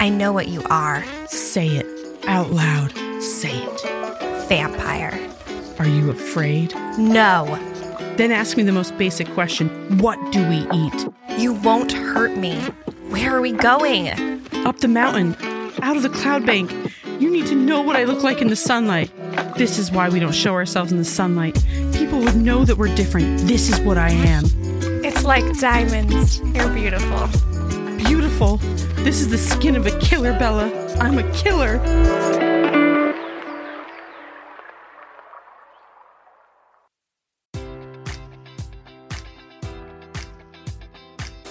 I know what you are Say it out loud. Say it. vampire. Are you afraid? No, Then ask me the most basic question What do we eat? you won't hurt me. Where are we going? Up the mountain, out of the cloud bank. You need to know what I look like in the sunlight. This is why we don't show ourselves in the sunlight. People would know that we're different. This is what I am. It's like diamonds. You're beautiful. Beautiful. This is the skin of a killer, Bella. I'm a killer.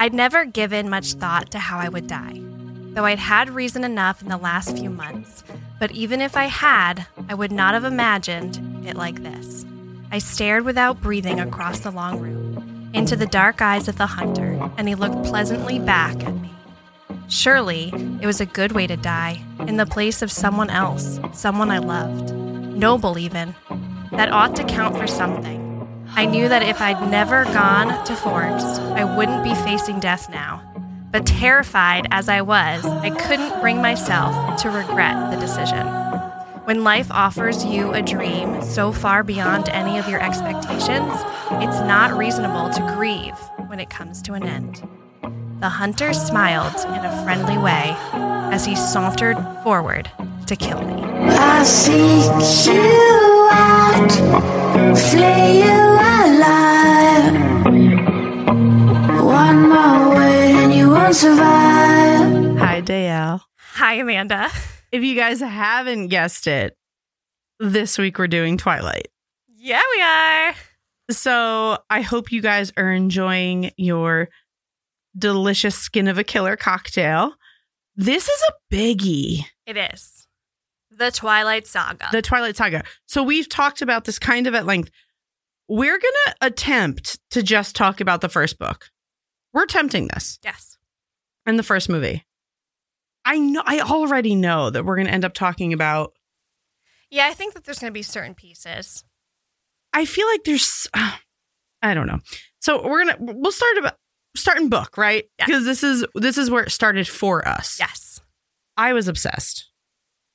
I'd never given much thought to how I would die, though I'd had reason enough in the last few months. But even if I had, I would not have imagined it like this. I stared without breathing across the long room, into the dark eyes of the hunter, and he looked pleasantly back at me. Surely, it was a good way to die, in the place of someone else, someone I loved, noble even. That ought to count for something. I knew that if I'd never gone to Forbes, I wouldn't be facing death now. But terrified as I was, I couldn't bring myself to regret the decision. When life offers you a dream so far beyond any of your expectations, it's not reasonable to grieve when it comes to an end. The hunter smiled in a friendly way as he sauntered forward to kill me. I seek you out, flay you alive. One more word and you won't survive. Hi, Dale. Hi, Amanda. If you guys haven't guessed it, this week we're doing Twilight. Yeah, we are. So I hope you guys are enjoying your delicious skin of a killer cocktail. This is a biggie, It is. The Twilight Saga. the Twilight Saga. So we've talked about this kind of at length. We're going to attempt to just talk about the first book. We're attempting this yes. and the first movie. I know I already know that we're going to end up talking about Yeah, I think that there's going to be certain pieces. I feel like there's I don't know. So we're gonna we'll start about starting book, right? Yeah. Because this is this is where it started for us. Yes. I was obsessed.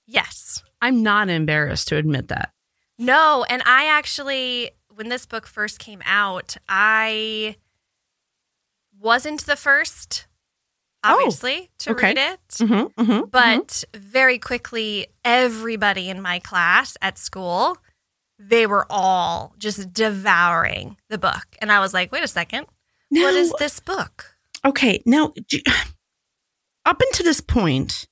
Yes. I'm not embarrassed to admit that. No, and I actually, when this book first came out, I wasn't the first, Oh, obviously, to okay. read it. Mm-hmm, mm-hmm, But very quickly, everybody in my class at school, they were all just devouring the book. And I was like, wait a second, what is this book? okay now do you- up until this point,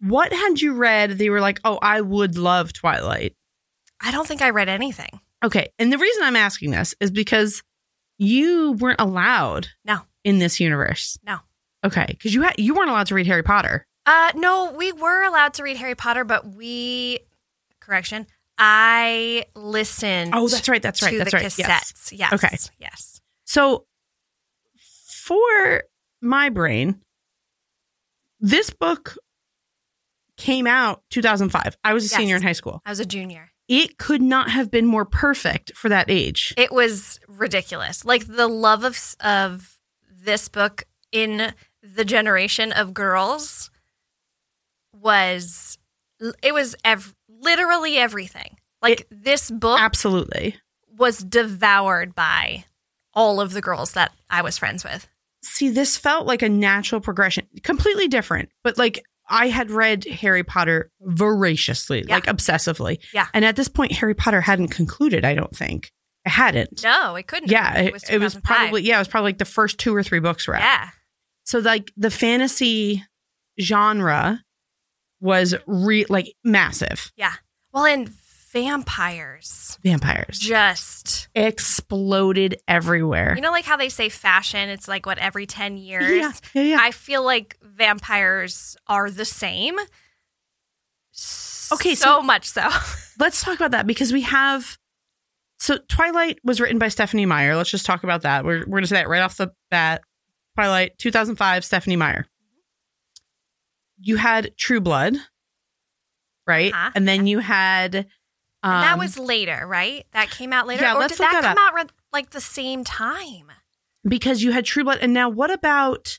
what had you read? They were like, oh, I would love Twilight. I don't think I read anything. Okay, and the reason I'm asking this is because you weren't allowed No. in this universe. No. Okay, because you had you weren't allowed to read Harry Potter. Uh, no, we were allowed to read Harry Potter, but we correction. I listened. Oh, that's right. That's right. to That's the right. Cassettes. Yes. Yes. Okay. Yes. So, for my brain, this book came out 2005. I was a Yes. senior in high school. I was a junior. It could not have been more perfect for that age. It was ridiculous. Like the love of of this book in the generation of girls was it was ev- literally everything. Like this book Absolutely. was devoured by all of the girls that I was friends with. See, this felt like a natural progression, completely different, but like I had read Harry Potter voraciously, Yeah. like obsessively. Yeah. And at this point, Harry Potter hadn't concluded, I don't think. It hadn't. No, it couldn't. have Yeah, been. it, it was 2005. probably yeah, it was probably like the first two or three books were out. yeah. So like the fantasy genre was re like massive. Well, and vampires Vampires just exploded everywhere. you know like how they say fashion. It's like what every ten years. yeah, yeah, yeah. I feel like vampires are the same. Okay, so, so- much so. Let's talk about that because we have so Twilight was written by Stephanie Meyer. Let's just talk about that. We're we're gonna say that right off the bat. Twilight, 2005, Stephanie Meyer. You had True Blood, right? Uh-huh. And then you had um, And that was later, right? That came out later, yeah, or let's did look that that come out re- like the same time? because you had True Blood, and now what about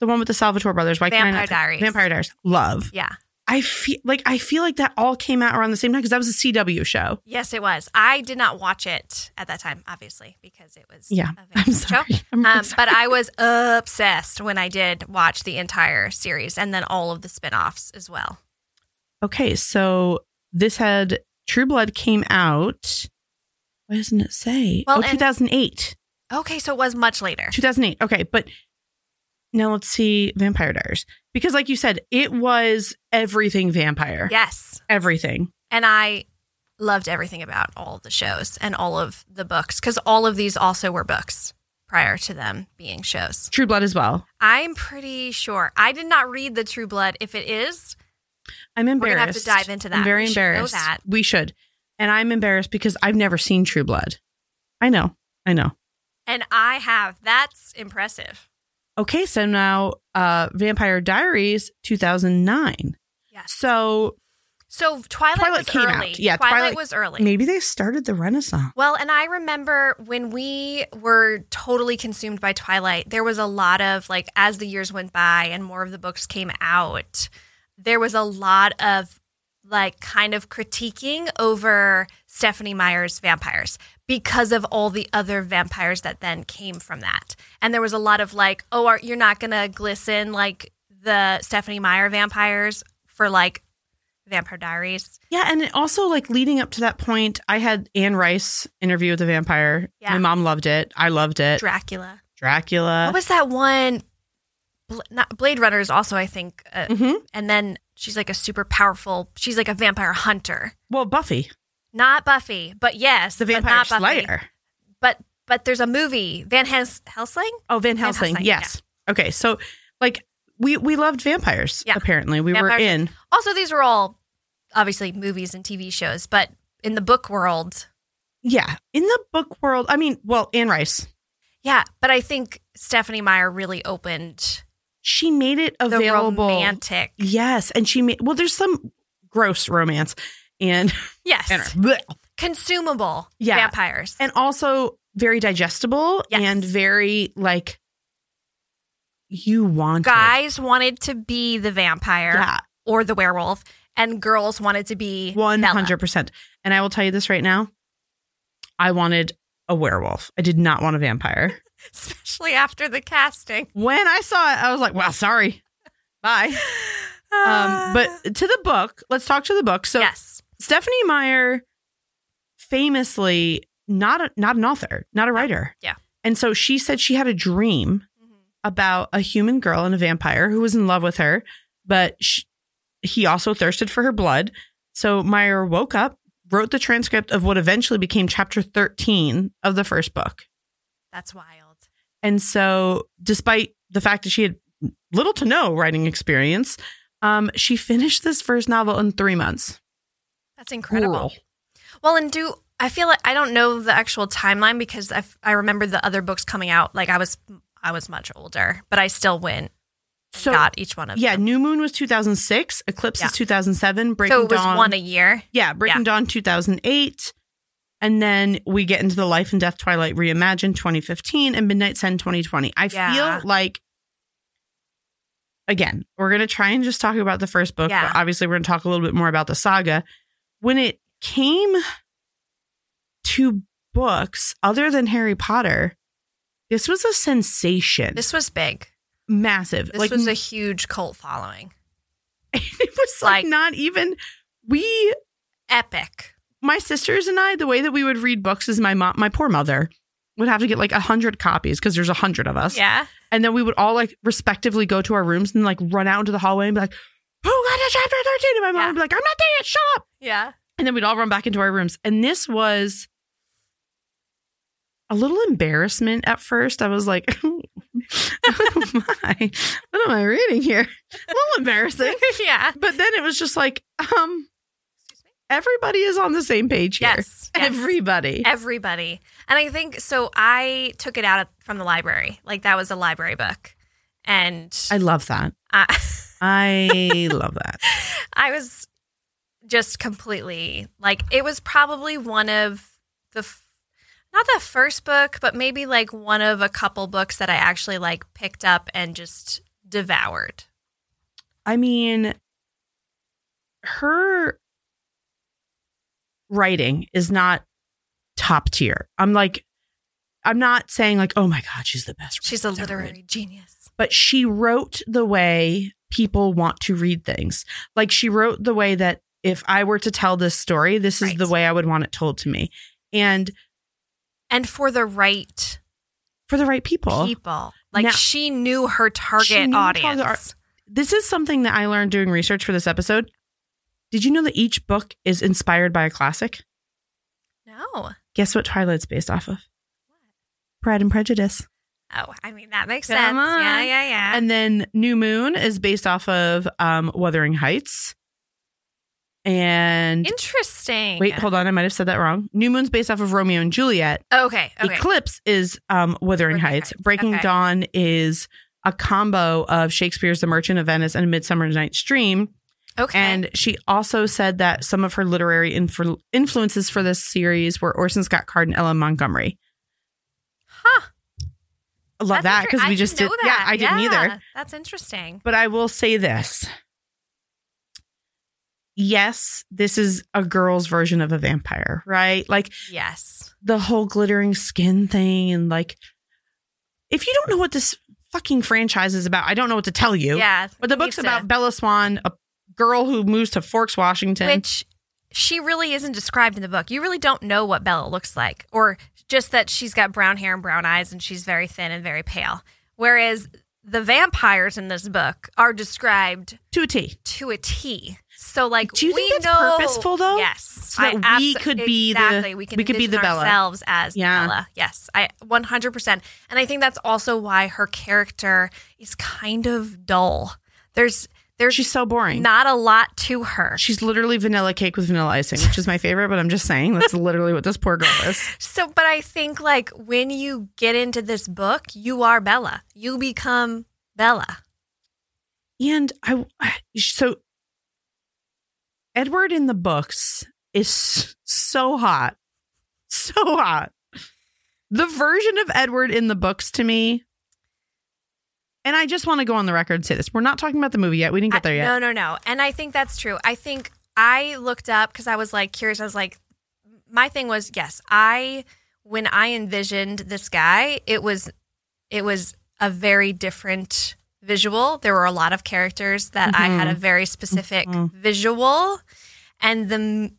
the one with the Salvatore brothers? Why can't I Vampire not think- Diaries. Vampire Diaries. Love. Yeah. I feel like I feel like that all came out around the same time because that was a CW show. Yes, it was. I did not watch it at that time, obviously, because it was a Yeah, I'm vampire sorry. show. I'm really Um, sorry. but I was obsessed when I did watch the entire series and then all of the spin-offs as well. Okay, so this had True Blood came out. Why doesn't it say? Well, oh, and- 2008. Okay, so it was much later. 2008. Okay, but now let's see Vampire Diaries because, like you said, it was everything vampire. Yes. Everything. and I loved everything about all of the shows and all of the books because all of these also were books prior to them being shows. True Blood as well. I'm pretty sure I did not read the True Blood. If it is, I'm gonna embarrassed. have to dive into I'm that. very We should know embarrassed. that. We should. And I'm embarrassed because I've never seen True Blood. I know. I know. and I have, that's impressive. Okay, so now uh Vampire Diaries 2009. Yes. So So Twilight, Twilight was came out. early. Yeah, Twilight, Twilight- was early. maybe they started the Renaissance. Well, and I remember when we were totally consumed by Twilight, there was a lot of like as the years went by and more of the books came out, there was a lot of like kind of critiquing over Stephanie Meyer's vampires because of all the other vampires that then came from that. And there was a lot of like, oh, are, you're not going to glisten like the Stephanie Meyer vampires for like Vampire Diaries. Yeah, and it also like leading up to that point, I had Anne Rice interview with the vampire. Yeah. My mom loved it. I loved it. Dracula. Dracula. what was that one? Bl- not Blade Runner is also, I think, uh, Mhm. and then she's like a super powerful. She's like a vampire hunter, Well, Buffy, not Buffy, but yes, the but vampire not Buffy. slayer. But but there's a movie Van Hels- Helsing. Oh, Van Van Helsing. Helsing, yes. Okay, so like we we loved vampires Yeah. apparently. We Vampires- were in. Also, these were all obviously movies and TV shows, but in the book world, Yeah, in the book world, I mean, well, Anne Rice, yeah. But I think Stephanie Meyer really opened she made it the available. romantic. Yes, and she made well. There's some gross romance, and Yes, and, bleh. consumable Yeah. vampires. and also very digestible Yes. and very like you want it. Guys wanted to be the vampire. Yeah, or the werewolf, and girls wanted to be one Bella. hundred percent. And I will tell you this right now, I wanted a werewolf. I did not want a vampire. especially after the casting. when I saw it, I was like, "Wow, sorry, bye." Um, but to the book, let's talk to the book. So yes, Stephanie Meyer, famously not a, not an author, not a writer. Yeah. Mm-hmm. And so she said she had a dream about a human girl and a vampire who was in love with her, but sh he also thirsted for her blood. So Meyer woke up, wrote the transcript of what eventually became chapter 13 of the first book. that's wild. And so, despite the fact that she had little to no writing experience, um, she finished this first novel in three months. That's incredible. Well, and do I feel like I don't know the actual timeline because I, f- I remember the other books coming out. Like I was I was much older, but I still went So- got each one of Yeah, them. New Moon was 2006, Eclipse Yeah. is 2007, Breaking So it was Dawn. one a year. yeah, Breaking yeah. Dawn 2008. And then we get into the Life and Death Twilight Reimagined 2015 and Midnight Sun 2020. I Yeah. feel like again, we're going to try and just talk about the first book, Yeah. but obviously we're going to talk a little bit more about the saga. When it came to books other than Harry Potter, this was a sensation. This was big. massive. This was a huge cult following. it was like, Like- not even we Epic. my sisters and I the way that we would read books is my mom my poor mother would have to get like a hundred copies because there's a hundred of us Yeah. and then we would all like respectively go to our rooms and like run out into the hallway and be like who got to chapter 13 and my mom Yeah. would be like I'm not there yet shut up Yeah. and then we'd all run back into our rooms and this was a little embarrassment at first I was like what am I what am I reading here a little embarrassing yeah. but then it was just like, um, everybody is on the same page here. Yes. yes. Everybody. Everybody. And I think so. I took it out of- from the library. Like that was a library book. And I love that. I, I love that. I was just completely like, it was probably one of the, f- not the first book, but maybe like one of a couple books that I actually like picked up and just devoured. I mean, her writing is not top tier. I'm like, I'm not saying like, oh my God, she's the best. She's a writer I've ever read. literary genius. but she wrote the way people want to read things. Like she wrote the way that if I were to tell this story, this is Right. the way I would want it told to me. And And for the right for the right people. people. Like Now- she knew her target She knew her target audience. This is something that I learned doing research for this episode. Did you know that each book is inspired by a classic? no. Guess what Twilight's based off of? Pride and Prejudice. Oh, I mean that makes Come sense. Yeah, on. yeah, yeah. And then New Moon is based off of um, Wuthering Heights. And Interesting. wait, hold on, I might have said that wrong. New Moon's based off of Romeo and Juliet. Okay, okay. Eclipse is um, Wuthering Wuthering Heights. Heights, Breaking okay. Dawn is a combo of Shakespeare's The Merchant of Venice and A Midsummer Night's Dream. okay. And she also said that some of her literary influ- influences for this series were Orson Scott Card and Ella Montgomery. huh. I love that's that inter- because I we didn't just did. know Yeah, that. I didn't Yeah, either. That's interesting. But I will say this. Yes, this is a girl's version of a vampire, right? Like Yes. the whole glittering skin thing and like if you don't know what this fucking franchise is about, I don't know what to tell you. Yeah. But the we book's need about Bella Swan, a girl who moves to Forks, to, Washington. which she really isn't described in the book. You really don't know what Bella looks like, or just that she's got brown hair and brown eyes and she's very thin and very pale. Whereas the vampires in this book are described to a T. to a T. So like, Do you we think that's know, purposeful, though? Yes, So that we could be the- exactly. we, can we could be the envision Bella. ourselves as Yeah. Bella. Yes, I one hundred percent, and I think that's also why her character is kind of dull. There's there's She's so boring. not a lot to her. She's literally vanilla cake with vanilla icing, which is my favorite, but I'm just saying that's literally what this poor girl is. So, but I think like when you get into this book, you are Bella. You become Bella. And I, I- so Edward in the books is s- so hot. So hot. The version of Edward in the books to me, and I just want to go on the record and say this. We're not talking about the movie yet. We didn't get there I- yet. No, no, no. And I think that's true. I think I looked up because I was like curious. I was like, my thing was yes. I when I envisioned this guy, it was it was a very different visual. There were a lot of characters that I had a Mm-hmm. very specific Mhm. visual, and the m-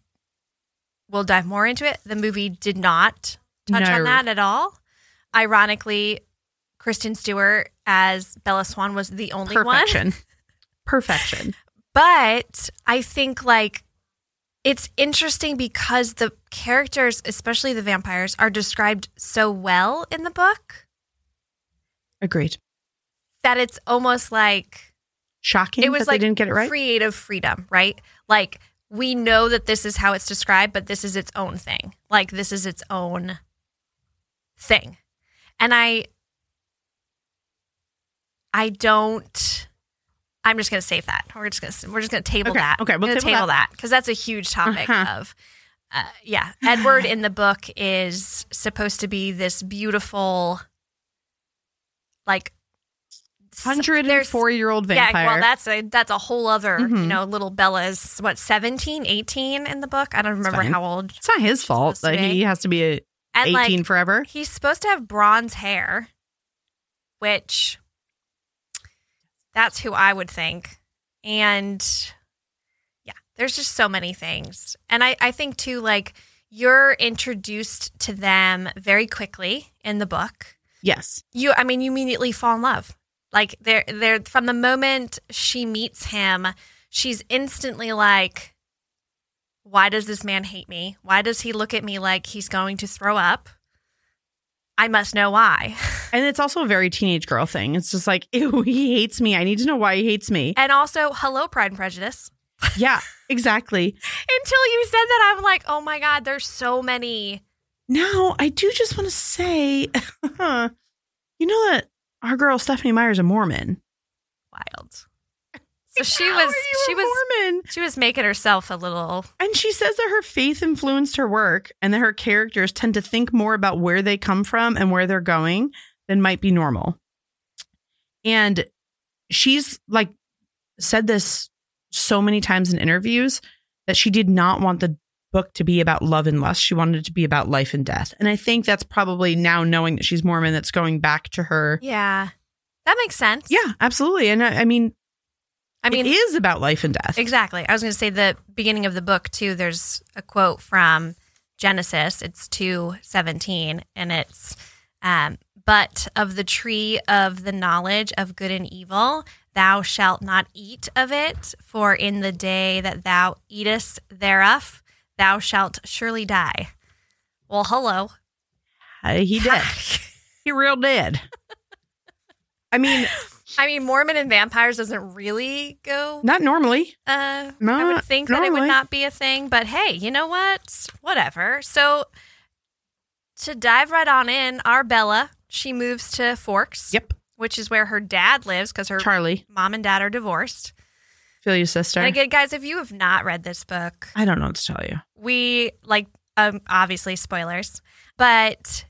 we'll dive more into it. The movie did not touch No. on that at all. Ironically, Kristen Stewart as Bella Swan was the only one Perfection. Perfection. but I think like it's interesting because the characters, especially the vampires, are described so well in the book Agreed. that it's almost like Shocking. it was that like they didn't get it right. creative freedom, right? Like we know that this is how it's described, but this is its own thing. Like this is its own thing. And I I don't I'm just going to save that. We're just going to we're just going to table Okay, that. okay, we'll we're gonna table table that because that's a huge topic Uh-huh. of. Uh, yeah, Edward in the book is supposed to be this beautiful, like s- Hundred and there's- four year old yeah, vampire. well, that's a that's a whole other, you Mhm. know, little Bella's what 17, 18 in the book. I don't remember fine. how old. it's not his fault. supposed Like to be. he has to be a And eighteen like forever. he's supposed to have bronze hair, which that's who I would think. And yeah, there's just so many things. And I, I think too, like you're introduced to them very quickly in the book Yes. you i mean you immediately fall in love like they're they're from the moment she meets him she's instantly like why does this man hate me why does he look at me like he's going to throw up i must know why And it's also a very teenage girl thing. It's just like, ew, he hates me. I need to know why he hates me. and also hello pride and prejudice yeah, exactly. until you said that i'm like oh my god there's so many Now, I do just want to say, you know that our girl Stephanie Meyer's a Mormon. wilds so she How was are you she a was Mormon, she was making herself a little and she says that her faith influenced her work, and that her characters tend to think more about where they come from and where they're going than might be normal. And she's like said this so many times in interviews that she did not want the book to be about love and lust. She wanted it to be about life and death. And I think that's probably now knowing that she's Mormon, that's going back to her. yeah that makes sense Yeah, absolutely. And I, I mean, i mean it is about life and death. Exactly. I was going to say the beginning of the book too. There's a quote from Genesis. It's two seventeen, and it's, um, "But of the tree of the knowledge of good and evil, thou shalt not eat of it, for in the day that thou eatest thereof, thou shalt surely die." Well, hello. Uh, he did. he real did. I mean, I mean, Mormon and vampires doesn't really go. not normally. Uh, I would Not think that it would normally. not be a thing, but hey, you know what? Whatever. So to dive right on in, our Bella, she moves to Forks, Yep. which is where her dad lives because her Charlie, mom and dad are divorced. feel your sister. And again, guys, if you have not read this book, I don't know what to tell you. we like um, obviously spoilers, but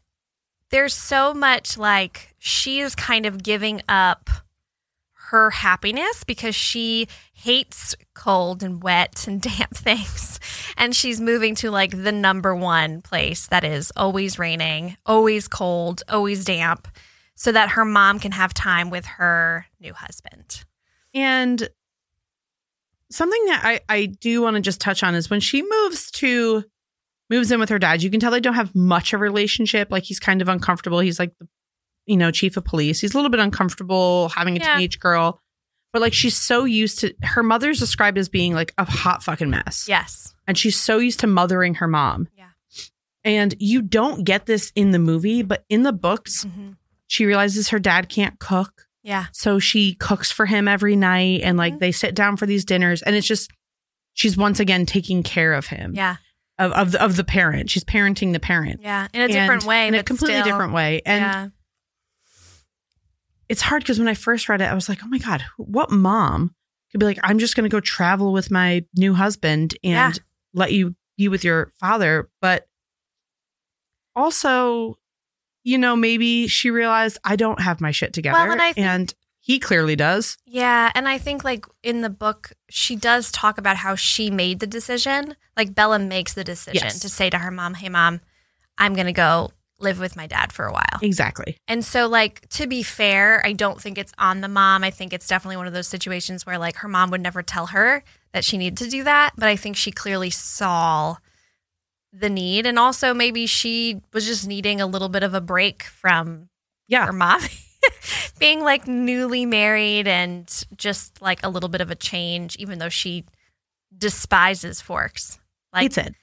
there's so much like she is kind of giving up her happiness because she hates cold and wet and damp things and she's moving to like the number one place that is always raining, always cold, always damp so that her mom can have time with her new husband. And something that I, I do want to just touch on is when she moves to moves in with her dad, you can tell they don't have much of a relationship. Like he's kind of uncomfortable. He's like the you know, chief of police. He's a little bit uncomfortable having a Yeah. teenage girl. But like she's so used to her mother's described as being like a hot fucking mess. Yes. and she's so used to mothering her mom. Yeah. And you don't get this in the movie, but in the books, Mm-hmm. she realizes her dad can't cook. Yeah. So she cooks for him every night and like Mhm. they sit down for these dinners and it's just she's once again taking care of him. Yeah. Of of the, of the parent. She's parenting the parent. Yeah. In a different And- way. In a but completely still. different way. And yeah. it's hard because when I first read it, I was like, oh my God, who- what mom could be like, I'm just going to go travel with my new husband and Yeah. let you be with your father. But also, you know, maybe she realized I don't have my shit together. and I think- and he clearly does. Yeah, and I think like in the book, she does talk about how she made the decision. Like Bella makes the decision Yes. to say to her mom, "Hey, mom, I'm gonna go live with my dad for a while." Exactly. And so, like to be fair, I don't think it's on the mom. I think it's definitely one of those situations where like her mom would never tell her that she needed to do that, but I think she clearly saw the need, and also maybe she was just needing a little bit of a break from Yeah. her mom being like newly married and just like a little bit of a change, even though she despises forks. Like hates it.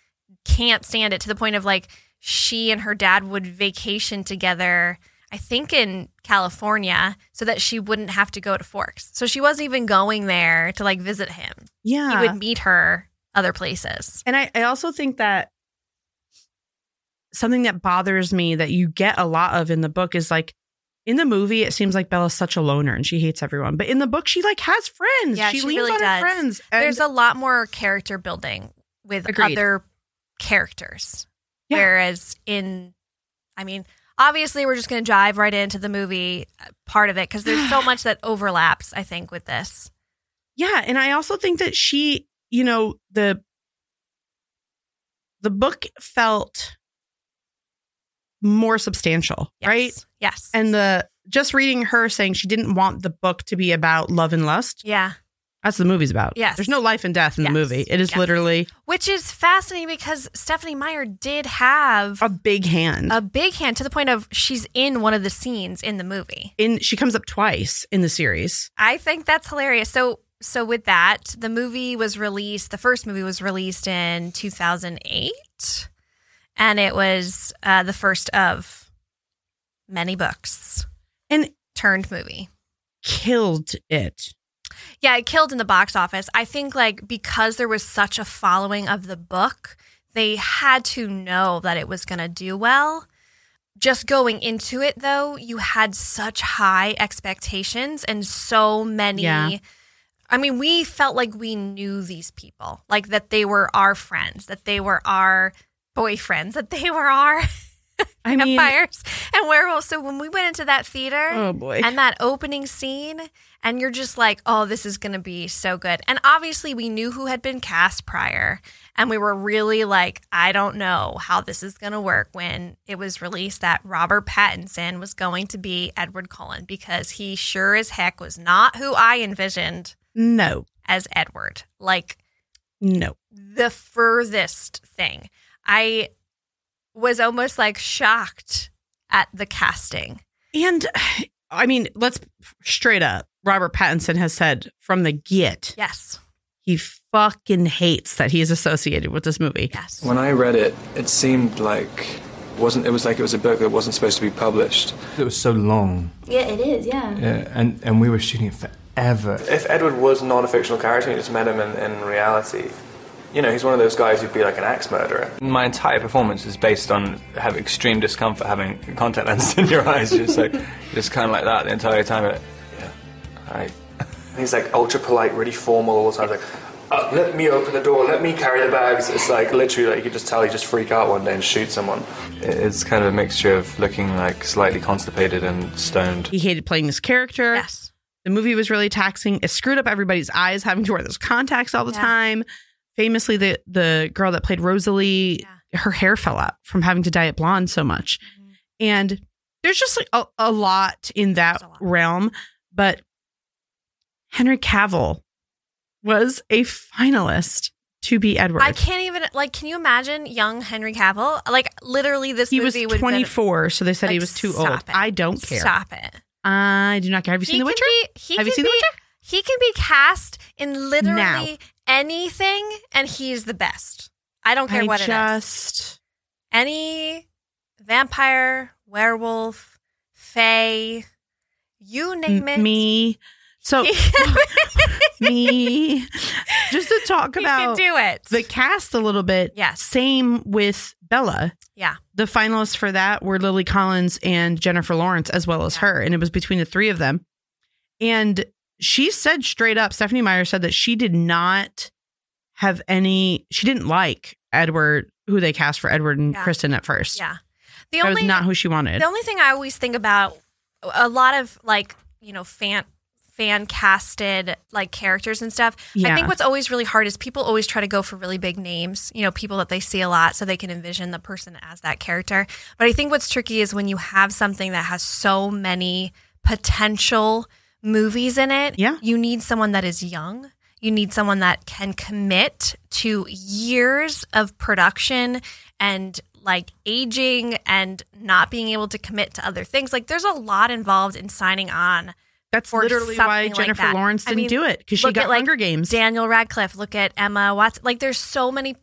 can't stand it to the point of like she and her dad would vacation together, I think in California, so that she wouldn't have to go to Forks. So she wasn't even going there to like visit him. Yeah. He would meet her other places. And I, I also think that something that bothers me that you get a lot of in the book is like in the movie, it seems like Bella's such a loner and she hates everyone. But in the book, she like has friends. Yeah, she, she leans really on does. her friends. And There's a lot more character building with Agreed. other characters. Yeah. Whereas in, I mean, obviously we're just going to dive right into the movie uh, part of it because there's so much that overlaps, I think, with this. yeah, and I also think that she, you know, the the book felt more substantial, Yes. right? Yes. And the just reading her saying she didn't want the book to be about love and lust. yeah. That's what the movie's about. Yes. There's no life and death in Yes. the movie. It is Yes. literally Which is fascinating because Stephanie Meyer did have a big hand. a big hand to the point of she's in one of the scenes in the movie. in she comes up twice in the series. I think that's hilarious. So so with that, the movie was released, the first movie was released in 2008 and it was uh, the first of many books And turned movie. killed it. Yeah, it killed in the box office. I think like because there was such a following of the book, they had to know that it was going to do well. Just going into it though, you had such high expectations and so many Yeah. I mean, we felt like we knew these people, like that they were our friends, that they were our boyfriends, that they were our I mean, vampires and werewolves. So when we went into that theater, oh boy. and that opening scene and you're just like oh this is going to be so good and obviously we knew who had been cast prior and we were really like i don't know how this is going to work when it was released that robert pattinson was going to be edward cullen because he sure as heck was not who i envisioned no, as edward like no. the furthest thing i was almost like shocked at the casting And I mean, let's straight up. Robert Pattinson has said from the get yes he fucking hates that he is associated with this movie. yes When I read it, it seemed like wasn't it was like it was a book that wasn't supposed to be published. It was so long, Yeah, it is, yeah. yeah, and, and we were shooting it forever. If Edward was not a fictional character and you just met him in, in reality, you know, he's one of those guys who'd be like an axe murderer. My entire performance is based on have extreme discomfort having contact lenses in your eyes, just like just kind of like that the entire time. Like, yeah, I. He's like ultra polite, really formal all the time. Like, uh, let me open the door, let me carry the bags. It's like literally like you could just tell you just freak out one day and shoot someone. It's kind of a mixture of looking like slightly constipated and stoned. He hated playing this character. yes The movie was really taxing. It screwed up everybody's eyes having to wear those contacts all the Yeah. time. Famously, the the girl that played Rosalie, her hair fell out from having to dye it blonde so much. Mm-hmm. And there's just like a, a lot in that There's a lot. realm. But Henry Cavill was a finalist to be Edward. I can't even like. Can you imagine young Henry Cavill? Like literally, this he was movie would 24, so they said he Like, was too stop old. it. I don't care. Stop it. I do not care. Have you seen The can Witcher? Be, he Have you can seen be, The Witcher? He can be cast in literally Now. anything, and he's the best. I don't care I what it is. just Any vampire, werewolf, fae, you name it. me. So He can me. Just to talk he can about do it. the cast a little bit. Yes. Same with Bella. yeah. The finalists for that were Lily Collins and Jennifer Lawrence, as well as Yeah. her. And it was between the three of them. And she said straight up, Stephanie Meyer said that she did not have any, she didn't like Edward, who they cast for Edward and Yeah. Kristen at first. Yeah. The That only was not who she wanted. The only thing I always think about a lot of like, you know, fan fan casted like characters and stuff. I Yeah. think what's always really hard is people always try to go for really big names, you know, people that they see a lot so they can envision the person as that character. But I think what's tricky is when you have something that has so many potential movies in it, Yeah. you need someone that is young. You need someone that can commit to years of production and like aging and not being able to commit to other things. Like there's a lot involved in signing on. That's for literally why something like Jennifer that. Lawrence I didn't mean, do it because she look got at, like, Hunger Games. Daniel Radcliffe, look at Emma Watson. Like there's so many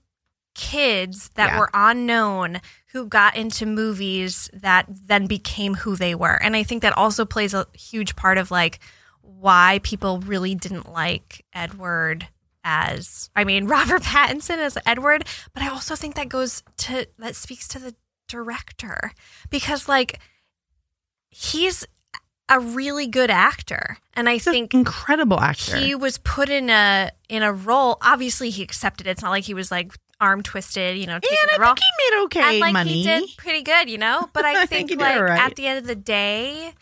kids that Yeah. were unknown who got into movies that then became who they were. And I think that also plays a huge part of like why people really didn't like Edward as I mean Robert Pattinson as Edward, but I also think that goes to that speaks to the director because like he's a really good actor, and I He's an think incredible actor. he was put in a in a role. Obviously, he accepted it. It's not like he was like arm twisted, you know. Taking and I the role. think he made okay and like money. he did pretty good, you know. But I, I think, think he did like alright. at the end of the day,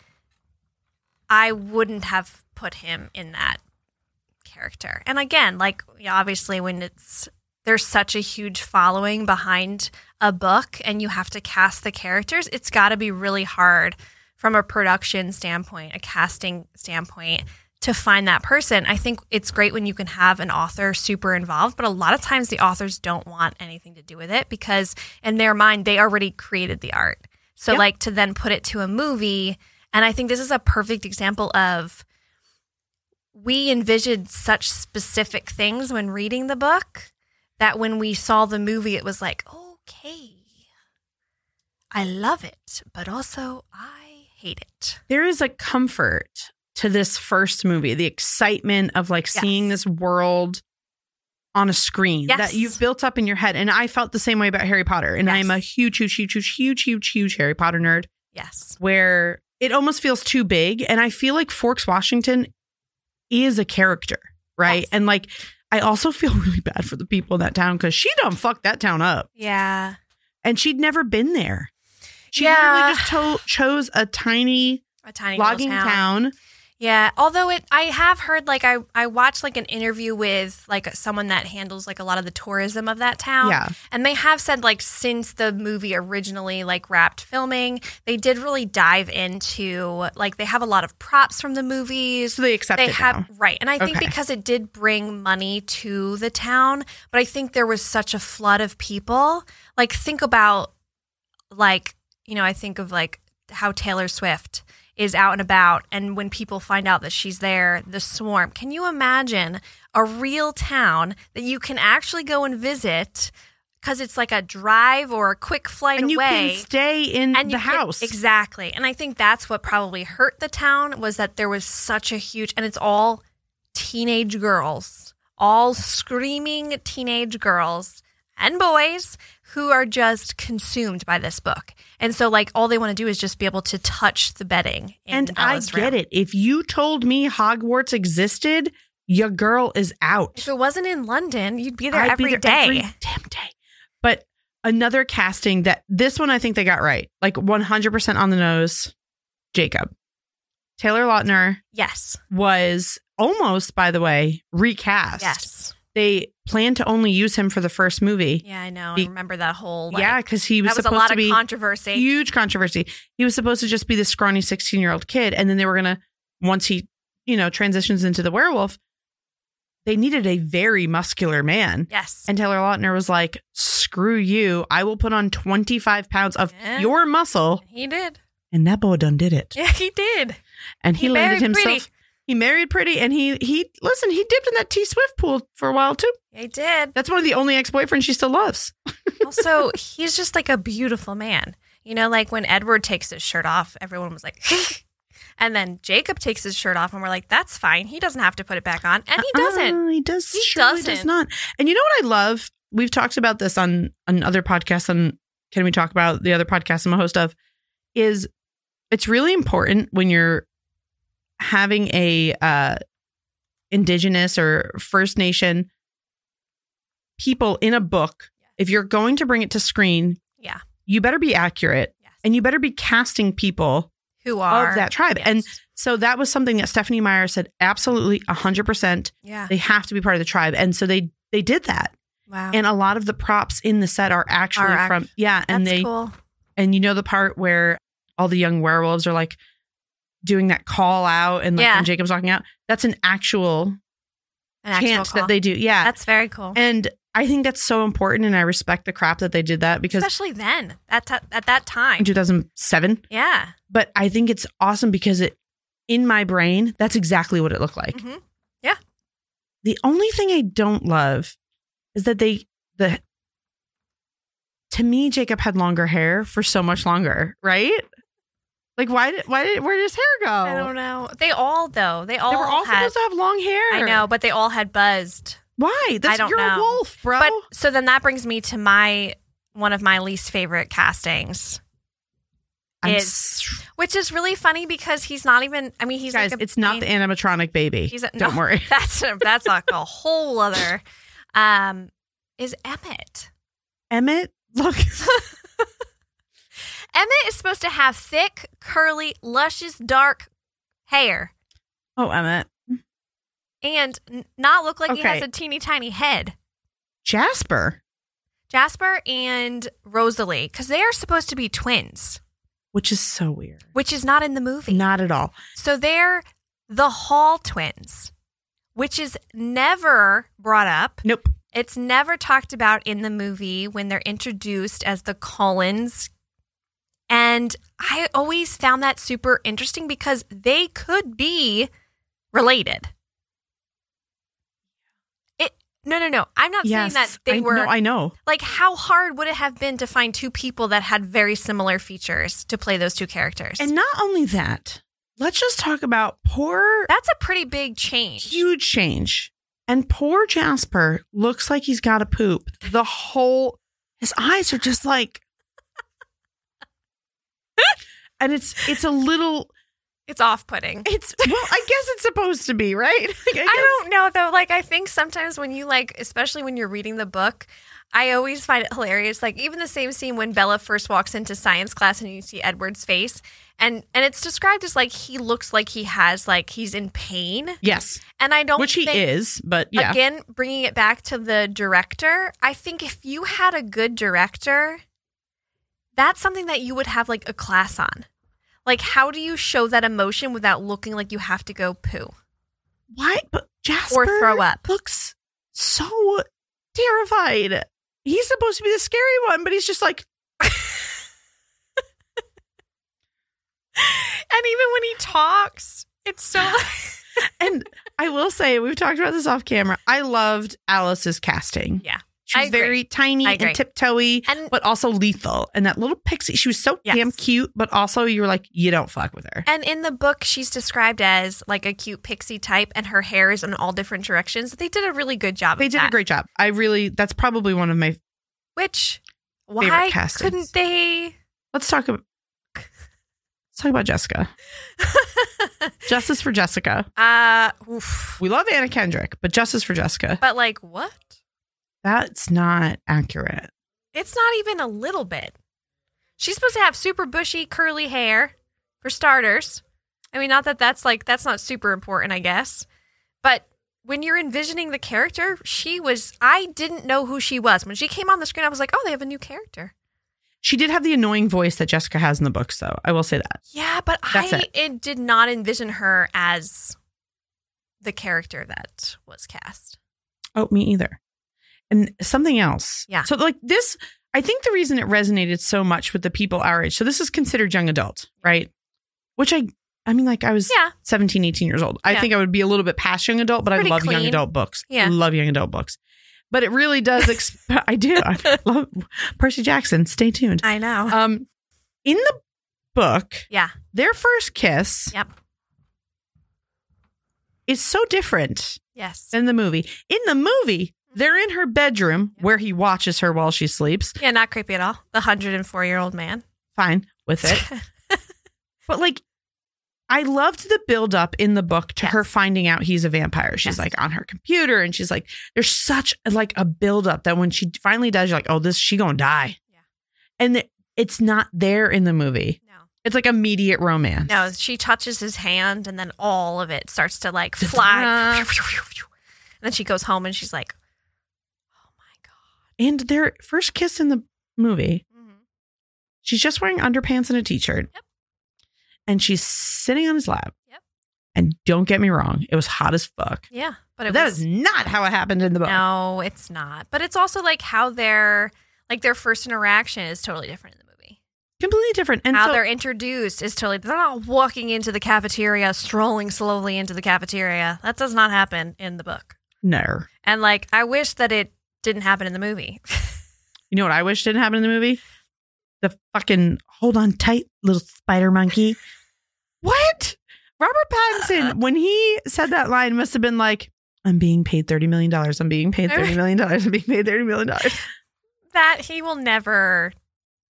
I wouldn't have put him in that character. And again, like you know, obviously when it's there's such a huge following behind a book and you have to cast the characters, it's got to be really hard from a production standpoint, a casting standpoint to find that person. I think it's great when you can have an author super involved, but a lot of times the authors don't want anything to do with it because in their mind they already created the art. So like to then put it to a movie, and I think this is a perfect example of we envisioned such specific things when reading the book that when we saw the movie it was like, "Okay. I love it, but also I hate it." there is a comfort to this first movie, the excitement of like Yes. seeing this world on a screen Yes. that you've built up in your head. And I felt the same way about Harry Potter. And I'm a Yes. huge, huge, huge, huge, huge, huge, huge Harry Potter nerd Yes. where it almost feels too big. And I feel like Forks Washington is a character, right? Yes. And like, I also feel really bad for the people in that town because she done fucked that town up Yeah. and she'd never been there. She Yeah. literally just to- chose a tiny A tiny little logging town. Yeah, although it, I have heard like I I watched like an interview with like someone that handles like a lot of the tourism of that town. Yeah. and they have said like since the movie originally like wrapped filming, they did really dive into like they have a lot of props from the movies. So they accept they it have now. right, and I think Okay. because it did bring money to the town, but I think there was such a flood of people. Like think about like you know i think of like how taylor swift is out and about and when people find out that she's there the swarm can you imagine a real town that you can actually go and visit because it's like a drive or a quick flight and you away can stay in Mm, the you could- house. exactly. And I think that's what probably hurt the town was that there was such a huge, and it's all teenage girls, all screaming teenage girls and boys who are just consumed by this book. And so, like, all they want to do is just be able to touch the bedding. in and I Bella's get room. it. If you told me Hogwarts existed, your girl is out. If it wasn't in London, you'd be there I'd every be day. there every damn day. But another casting that this one I think they got right, like 100% on the nose. Jacob Taylor Lautner Yes. was almost, by the way, recast. Yes. they planned to only use him for the first movie. Yeah, I know. I Be- remember that whole. Like, Yeah, because he was that was a supposed lot to of be controversy. huge controversy. He was supposed to just be this scrawny 16 year old kid. And then they were going to, once he, you know, transitions into the werewolf, they needed a very muscular man. yes. And Taylor Lautner was like, screw you. I will put on 25 pounds of Yeah. your muscle. he did. And that boy done did it. Yeah, he did. And he, He landed married himself. pretty. He married pretty. And he, he, listen, he dipped in that T Swift pool for a while too. He did. That's one of the only ex boyfriends she still loves. also, he's just like a beautiful man. You know, like when Edward takes his shirt off, everyone was like, and then Jacob takes his shirt off, and we're like, that's fine. He doesn't have to put it back on. And he doesn't. Uh-uh, he does. He surely Does doesn't. not. And you know what I love? We've talked about this on on other podcasts. On can we talk about the other podcast I'm a host of? Is it's really important when you're having a uh, indigenous or First Nation people in a book. If you're going to bring it to screen, Yeah. you better be accurate, Yes. and you better be casting people Who are. of that tribe. Yes. And so that was something that Stephanie Meyer said absolutely 100%. yeah. They have to be part of the tribe. And so they they did that. Wow. And a lot of the props in the set are actually Are act- from yeah, and that's they cool. and you know the part where all the young werewolves are like doing that call out and like Yeah. when Jacob's walking out. That's an actual An actual chant call. that they do. Yeah. That's very cool. and I think that's so important and I respect the crap that they did that because Especially then, at, ta- at that in time. 2007 Yeah. but I think it's awesome because it in my brain that's exactly what it looked like. Mhm. Yeah. The only thing I don't love is that they the to me Jacob had longer hair for so much longer, right? Like why did why did where did his hair go? I don't know. They all, though, they all Oh. They were all had. supposed to have long hair. I know, but they all had buzzed. Why? That's I don't you're know. a wolf, bro. But so then that brings me to my one of my least favorite castings I'm is, s- which is really funny because he's not even. I mean, he's guys, like a it's not baby. the animatronic baby. He's a, Don't no, worry. That's that's like a whole other. Um, is Emmett? Emmett, look. Emmett is supposed to have thick, curly, luscious, dark hair oh, Emmett. and n- not look like he has Okay. a teeny tiny head. Jasper, Jasper and Rosalie, because they are supposed to be twins, which is so weird. which is not in the movie. Not at all. So they're the Hall twins, which is never brought up. Nope. It's never talked about in the movie when they're introduced as the Collins. And I always found that super interesting because they could be related. It no no no. I'm not yes. saying that they I, were No, I know. like how hard would it have been to find two people that had very similar features to play those two characters? And not only that, let's just talk about poor, that's a pretty big change. huge change. And poor Jasper looks like he's got to poop. The whole, his eyes are just like, and it's it's a little. It's off-putting. It's well, I guess it's supposed to be right. Like, I, I guess- don't know though. Like I think sometimes when you like, especially when you're reading the book, I always find it hilarious. Like even the same scene when Bella first walks into science class and you see Edward's face, and and it's described as like he looks like he has like he's in pain, Yes, and I don't which he think- is, but yeah, Again, bringing it back to the director, I think if you had a good director, that's something that you would have like a class on. Like, how do you show that emotion without looking like you have to go poo? why? But Jasper throw up. looks so terrified. He's supposed to be the scary one, but he's just like And even when he talks, it's so. And I will say, we've talked about this off camera. I loved Alice's casting. Yeah. She I was agree. very tiny I and agree. tiptoey, And- but also lethal. And that little pixie, she was so Yes. damn cute, but also you were like, you don't fuck with her. and in the book, she's described as like a cute pixie type, and her hair is in all different directions. They did a really good job. They of did a that. great job. I really, that's probably one of my, Which Favorite why castings. couldn't they? let's talk about, let's talk about Jessica. Justice for Jessica. Uh, oof. We love Anna Kendrick, but justice for Jessica. but like what? That's not accurate. It's not even a little bit. She's supposed to have super bushy, curly hair, for starters. I mean, not that that's like, that's not super important, I guess. But when you're envisioning the character, she was, I didn't know who she was. When she came on the screen, I was like, oh, they have a new character. She did have the annoying voice that Jessica has in the books, though. I will say that. Yeah, but That's I it. it. did not envision her as the character that was cast. Oh, me either. And something else. Yeah. So like this, I think the reason it resonated so much with the people our age. So this is considered young adult, right? Which I I mean, like I was Yeah. 17, 18 years old. I Yeah. think I would be a little bit past young adult, but I Pretty love young clean. adult books. Yeah. Love young adult books. But it really does exp- I do. I love Percy Jackson. Stay tuned. I know. Um in the book, Oh, yeah. their first kiss Yep. is so different Yes. in the movie. In the movie, they're in her bedroom where he watches her while she sleeps. Yeah, not creepy at all. The 104 year old man. Fine with it. but like, I loved the build up in the book to Yes. her finding out he's a vampire. She's Yes. like on her computer and she's like, there's such like a build up that when she finally does, you're like, oh, this, she gonna die. Yeah. And th- it's not there in the movie. No. It's like immediate romance. No, she touches his hand and then all of it starts to like fly. and then she goes home and she's like, And their first kiss in the movie, Mhm. she's just wearing underpants and a t shirt. Yep. And she's sitting on his lap. Yep. And don't get me wrong, it was hot as fuck. yeah, but But it that was is not how it happened in the book. no, it's not. But it's also like how their like their first interaction is totally different in the movie. Completely different. And how so they're introduced is totally. They're not walking into the cafeteria, strolling slowly into the cafeteria. That does not happen in the book. no. And like, I wish that it didn't happen in the movie. You know what I wish didn't happen in the movie? The fucking hold on tight little spider monkey. what? Robert Pattinson, when he said that line, must have been like, I'm being paid $30 million. I'm being paid $30 million. I'm being paid $30 million. that he will never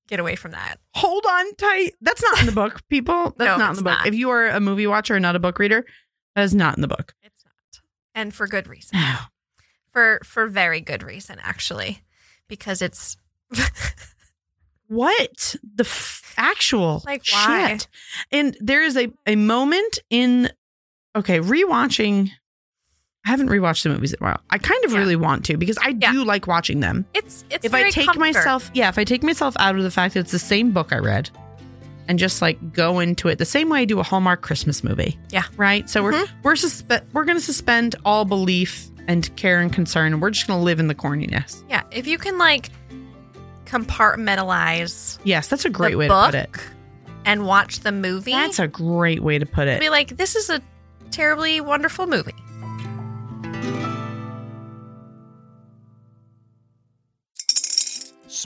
Get away from that. Hold on tight. That's not in the book, people. That's No, not in it's the book. not. If you are a movie watcher and not a book reader, that is not in the book. It's not. And for good reason. For for very good reason actually. Because it's what the f- actual Like, why? shit. And there is a, a moment in okay, rewatching. I haven't rewatched the movies in a while. I kind of Yeah. really want to because I Yeah. do like watching them. it's it's if I very take comfort. myself, yeah, if I take myself out of the fact that it's the same book I read and just like go into it the same way I do a Hallmark Christmas movie. Yeah. Right? So we're Mm-hmm. we're suspe- we're going to suspend all belief and care and concern and we're just going to live in the corniness. Yeah, if you can like compartmentalize Yes, that's a great the way book to put it. and watch the movie, That's a great way to put it. be like, this is a terribly wonderful movie.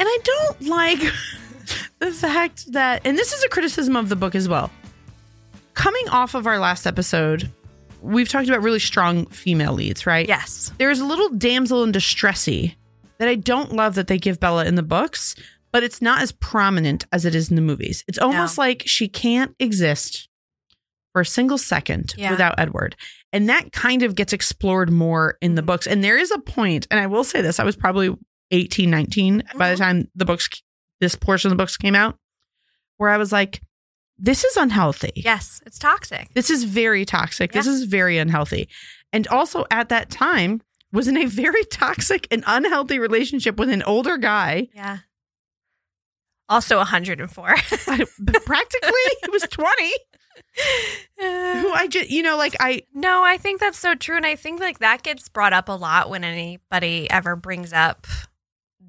And I don't like the fact that, and this is a criticism of the book as well. Coming off of our last episode, we've talked about really strong female leads, right? Yes. There's a little damsel in distressy that I don't love that they give Bella in the books, but it's not as prominent as it is in the movies. It's almost like she can't exist for a single second Yeah. without Edward. And that kind of gets explored more in the books. And there is a point, and I will say this, I was probably 18, 19 by the time the books this portion of the books came out where I was like this is unhealthy. Yes, it's toxic. This is very toxic. This Yeah. is very unhealthy. And also at that time was in a very toxic and unhealthy relationship with an older guy. Yeah. Also 104. I- practically he was 20 who I just you know like I no, I think that's so true and I think like that gets brought up a lot when anybody ever brings up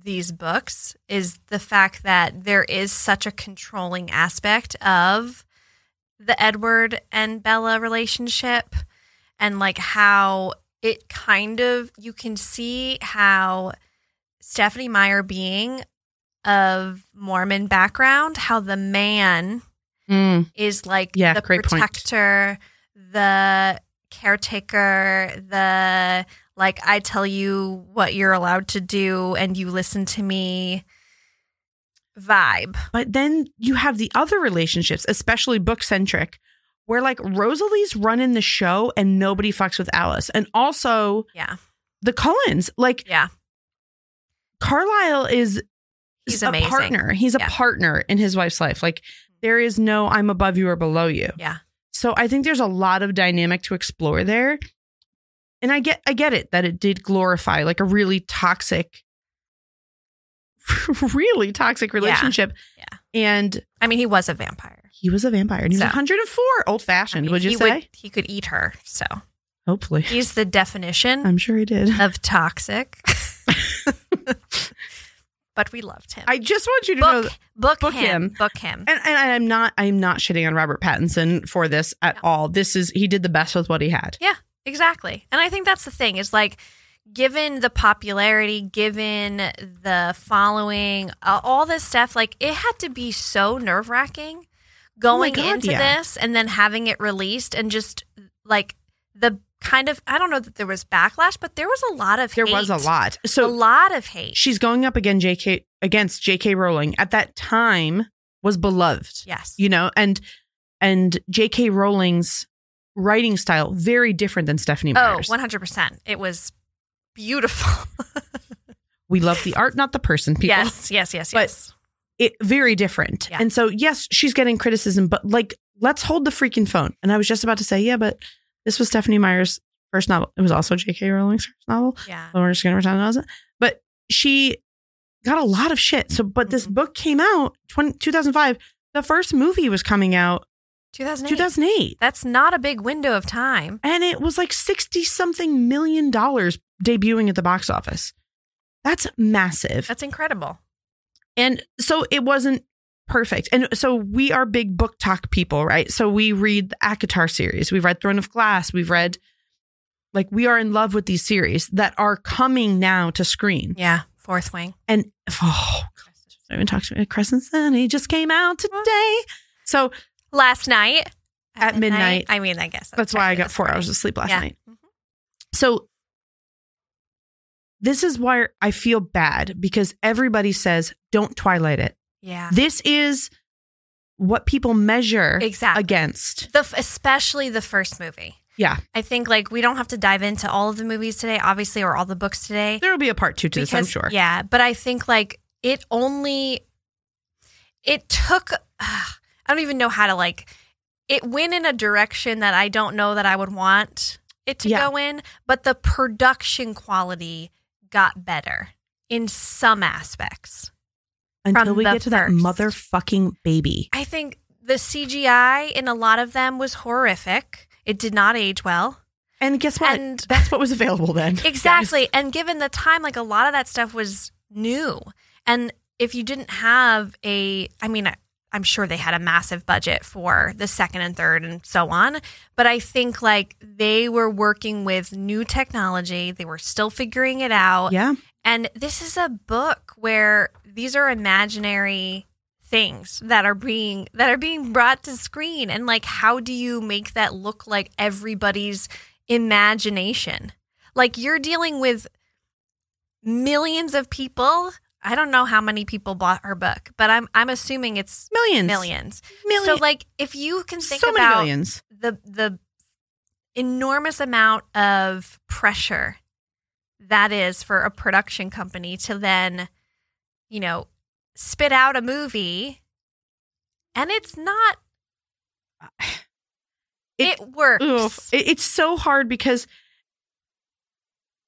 these books is the fact that there is such a controlling aspect of the Edward and Bella relationship and like how it kind of you can see how Stephanie Meyer being of Mormon background, how the man is like Yeah, the great point. protector, the caretaker, the like I tell you what you're allowed to do and you listen to me vibe. but then you have the other relationships especially book centric where like Rosalie's running the show and nobody fucks with Alice and also Yeah. the Cullens like Yeah. Carlisle is He's a amazing. partner. He's Yeah. a partner in his wife's life. Like there is no I'm above you or below you. Yeah. So I think there's a lot of dynamic to explore there. And I get I get it that it did glorify like a really toxic really toxic relationship. Yeah. And I mean, he was a vampire. he was a vampire and he was So- 104 old I fashioned, mean, would you he say? he could eat her. So Hopefully. he's the definition I'm sure he did. of toxic. but we loved him. I just want you to know book, that book, book him, him. Book him. and, and I'm not I'm not shitting on Robert Pattinson for this at No. all. This is he did the best with what he had. Yeah, exactly. And I think that's the thing is like, given the popularity, given the following, uh, all this stuff, like it had to be so nerve wracking going Oh God, into yeah. this and then having it released and just like the kind of, I don't know that there was backlash, but there was a lot of There hate. was a lot. A So lot of hate. she's going up again JK against JK Rowling at that time was beloved. yes. You know, and and JK Rowling's writing style very different than Stephanie oh, Meyer's. 100%. It was beautiful. We love the art, not the person, people. Yes, yes, yes, But- yes. It, very different. Yeah. And so, yes, she's getting criticism, but like, let's hold the freaking phone. And I was just about to say, yeah, but this was Stephanie Meyer's first novel. It was also J.K. Rowling's first novel. yeah. So we're just going to return to Oz. But she got a lot of shit. So, but this Mhm. book came out 20, 2005. The first movie was coming out 2008. 2008. That's not a big window of time. and it was like 60 something million dollars debuting at the box office. That's massive. That's incredible. And so it wasn't perfect. And so we are big book talk people, right? So we read the ACOTAR series, we've read Throne of Glass, we've read like we are in love with these series that are coming now to screen. Yeah. Fourth wing. And oh, don't even talk to me. Crescent Sun, he just came out today. So Last night At midnight. I mean, I guess that's why I got this four morning. hours of sleep last Yeah. Mm-hmm. night. So this is why I feel bad because everybody says don't twilight it. Yeah. This is what people measure Exactly. against. The f- especially the first movie. Yeah. I think like we don't have to dive into all of the movies today, obviously, or all the books today. There will be a part 2 to this, I'm sure. Yeah, but I think like it only it took I don't even know how to like it went in a direction that I don't know that I would want it to Yeah. go in, but the production quality got better in some aspects. Until from we the get to that first. motherfucking baby. I think the CGI in a lot of them was horrific. It did not age well. And guess what? And- That's what was available then. Exactly. And given the time, like a lot of that stuff was new. And if you didn't have a, I mean, I, I'm sure they had a massive budget for the second and third and so on. But I think like they were working with new technology, they were still figuring it out. Yeah. And this is a book where these are imaginary things that are being that are being brought to screen and like how do you make that look like everybody's imagination? Like you're dealing with millions of people. I don't know how many people bought her book, but I'm I'm assuming it's Millions. millions. Millions. So like if you can think so many about millions. the the enormous amount of pressure that is for a production company to then you know spit out a movie and it's not It- it, works Ugh. It- it's so hard because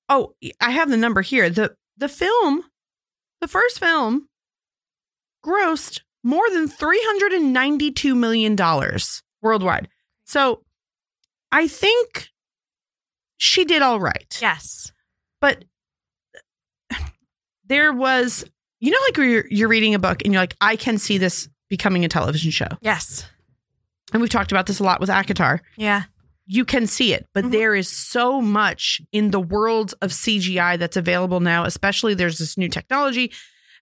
oh, I have the number here. the The film, the first film, grossed more than three hundred and ninety two million dollars worldwide. So, I think she did all right. yes But there was, you know, like where you're, you're reading a book and you're like, I can see this becoming a television show. yes And we've talked about this a lot with Akatar yeah you can see it, but Mhm. there is so much in the world of CGI that's available now, especially there's this new technology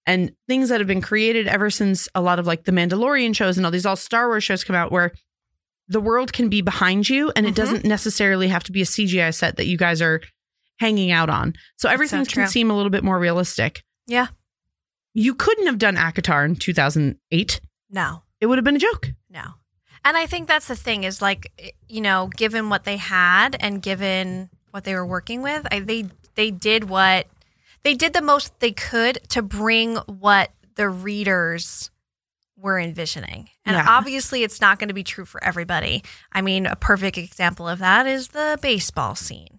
and things that have been created ever since a lot of like the Mandalorian shows and all these all Star Wars shows come out where the world can be behind you and it Mhm. doesn't necessarily have to be a CGI set that you guys are hanging out on. So everything so can true. seem a little bit more realistic. Yeah. You couldn't have done ACOTAR in 2008. no It would have been a joke. No. And I think that's the thing is like, eh, you know, given what they had and given what they were working with, I, they they did what they did the most they could to bring what the readers were envisioning. And Yeah. obviously it's not going to be true for everybody. I mean, a perfect example of that is the baseball scene.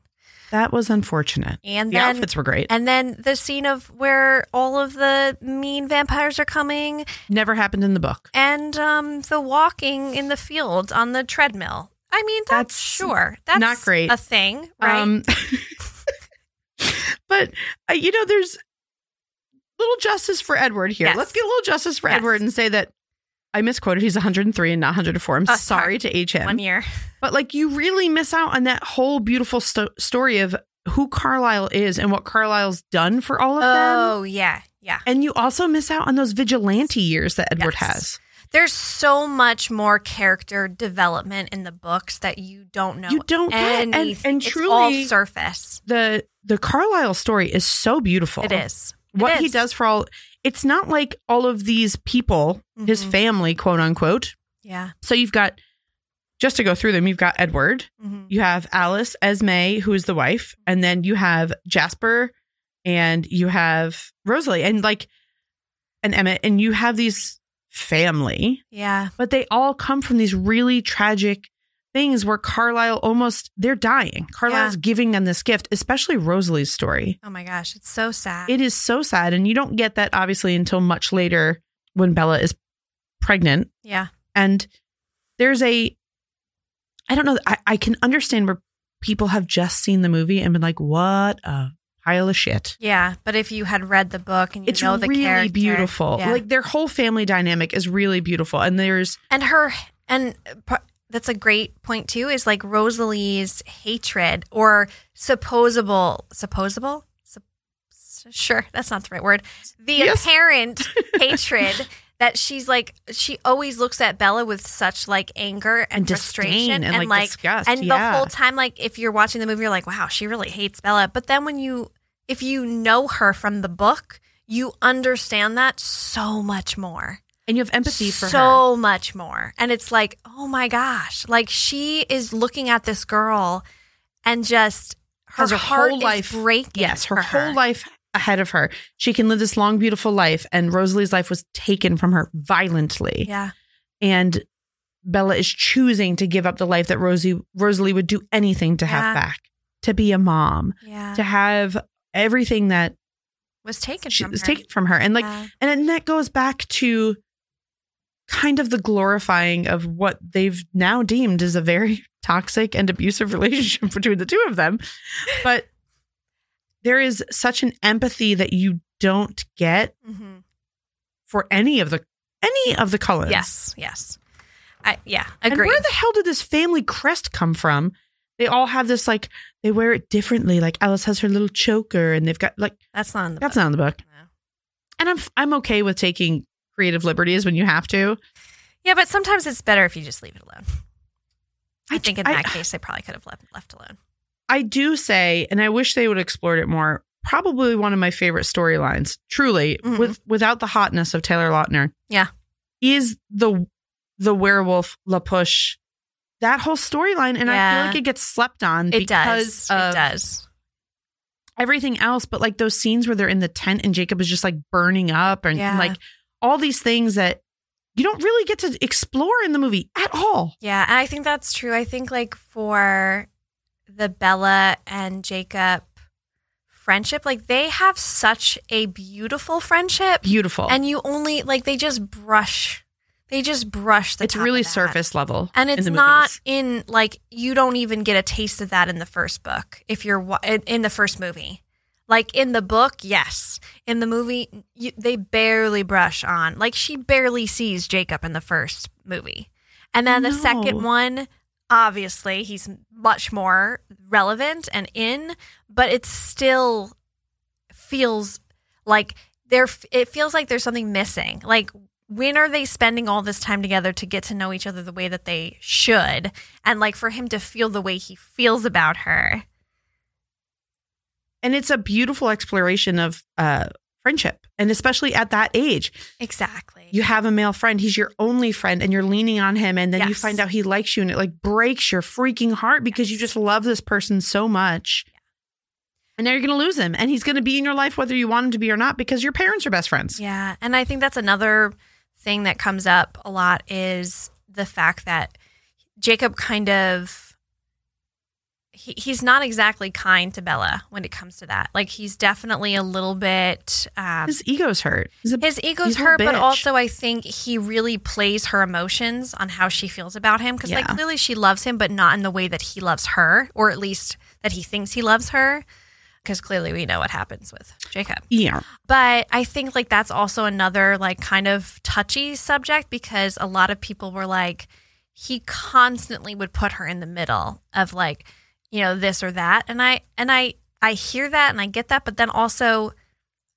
That was unfortunate. And the then outfits were great. and then the scene of where all of the mean vampires are coming Never happened in the book. and um, the walking in the field on the treadmill. I mean, that's, That's sure. That's not great. A thing, right? Um, but uh, you know, there's little justice for Edward here. Yes. Let's get a little justice for Yes. Edward and say that I misquoted. He's 103 and not 104. I'm Oh, sorry sorry. to age him, One year. but like you really miss out on that whole beautiful sto- story of who Carlisle is and what Carlisle's done for all of them. Oh yeah, yeah. And you also miss out on those vigilante years that Edward Yes. has. There's so much more character development in the books that you don't know. You don't get, and- anything. and It's truly- all surface. The the Carlisle story is so beautiful. It is It what he is. does for all it's not like all of these people his Mhm. family quote unquote Yeah. so you've got just to go through them you've got edward Mhm. you have alice esme who is the wife and then you have jasper and you have Rosalie and like and Emmett, and you have these family, Yeah. but they all come from these really tragic things where Carlisle almost they're dying. Carlisle's giving them this gift, especially Rosalie's story. Oh my gosh, it's so sad. It is so sad. And you don't get that obviously until much later when Bella is pregnant Yeah. and there's a i don't know I, I can understand where people have just seen the movie and been like what a pile of shit Yeah. But if you had read the book and you it's know the really character, beautiful yeah. like their whole family dynamic is really beautiful and there's and her and p- that's a great point too is like rosalie's hatred or supposable supposable Sup- s- sure that's not the right word the Yes. apparent hatred that she's like she always looks at bella with such like anger and, And disdain frustration and, like, disgust, and the yeah. whole time like if you're watching the movie you're like wow she really hates bella but then when you if you know her from the book you understand that so much more and you have empathy for her so much more. And it's like, oh my gosh, like she is looking at this girl and just her, heart is breaking. yes her for whole life ahead of her she can live this long beautiful life and rosalie's life was taken from her violently Yeah, and Bella is choosing to give up the life that Rosie Rosalie would do anything to Yeah. have back, to be a mom, yeah. to have everything that was taken she from was her. taken from her, and like, Yeah. and then that goes back to kind of the glorifying of what they've now deemed as a very toxic and abusive relationship between the two of them, but there is such an empathy that you don't get Mhm. for any of the any of the Cullens. Yes, yes. I, yeah, And agree. where the hell did this family crest come from? They all have this like they wear it differently. Like Alice has her little choker, and they've got like that's not in the that's book. not in the book. No. And I'm I'm okay with taking creative liberties when you have to. Yeah, but sometimes it's better if you just leave it alone. I, think in I- that case, they probably could have left left alone. I do say, and I wish they would have explored it more. Probably one of my favorite storylines, truly, Mhm. with without the hotness of Taylor Lautner. Yeah. is the the werewolf La Push that whole storyline, and I Yeah. feel like it gets slept on. It because does. Of it does. everything else, but like those scenes where they're in the tent and Jacob is just like burning up and, Yeah. like all these things that you don't really get to explore in the movie at all. Yeah, and I think that's true. I think like for the Bella and Jacob friendship, like they have such a beautiful friendship, Beautiful. and you only like they just brush, they just brush the. it's top really of that. surface level. and in it's the not movies. in like you don't even get a taste of that in the first book if you're wa- in in the first movie. Like in the book, yes. In the movie, you, they barely brush on. Like she barely sees Jacob in the first movie. And then the second No. one, obviously, he's much more relevant and in, but it still feels like there it feels like there's something missing. Like when are they spending all this time together to get to know each other the way that they should? And like for him to feel the way he feels about her. And it's a beautiful exploration of uh friendship. And especially at that age, Exactly. you have a male friend, he's your only friend, and you're leaning on him, and then you Yes. find out he likes you and it like breaks your freaking heart because you just love this person so much. And now you're going to lose him. And he's going to be in your life whether you want him to be or not because your parents are best friends. Yeah, and I think that's another thing that comes up a lot is the fact that Jacob kind of he, he's not exactly kind to Bella when it comes to that. Like he's definitely a little bit um, His ego's hurt. He's a- his ego's he's a hurt, but bitch. also I think he really plays her emotions on how she feels about him because like Yeah. clearly she loves him, but not in the way that he loves her, or at least that he thinks he loves her. Because clearly we know what happens with Jacob. yeah. But I think like that's also another like kind of touchy subject because a lot of people were like, he constantly would put her in the middle of like, you know, this or that. And I and I I hear that and I get that, but then also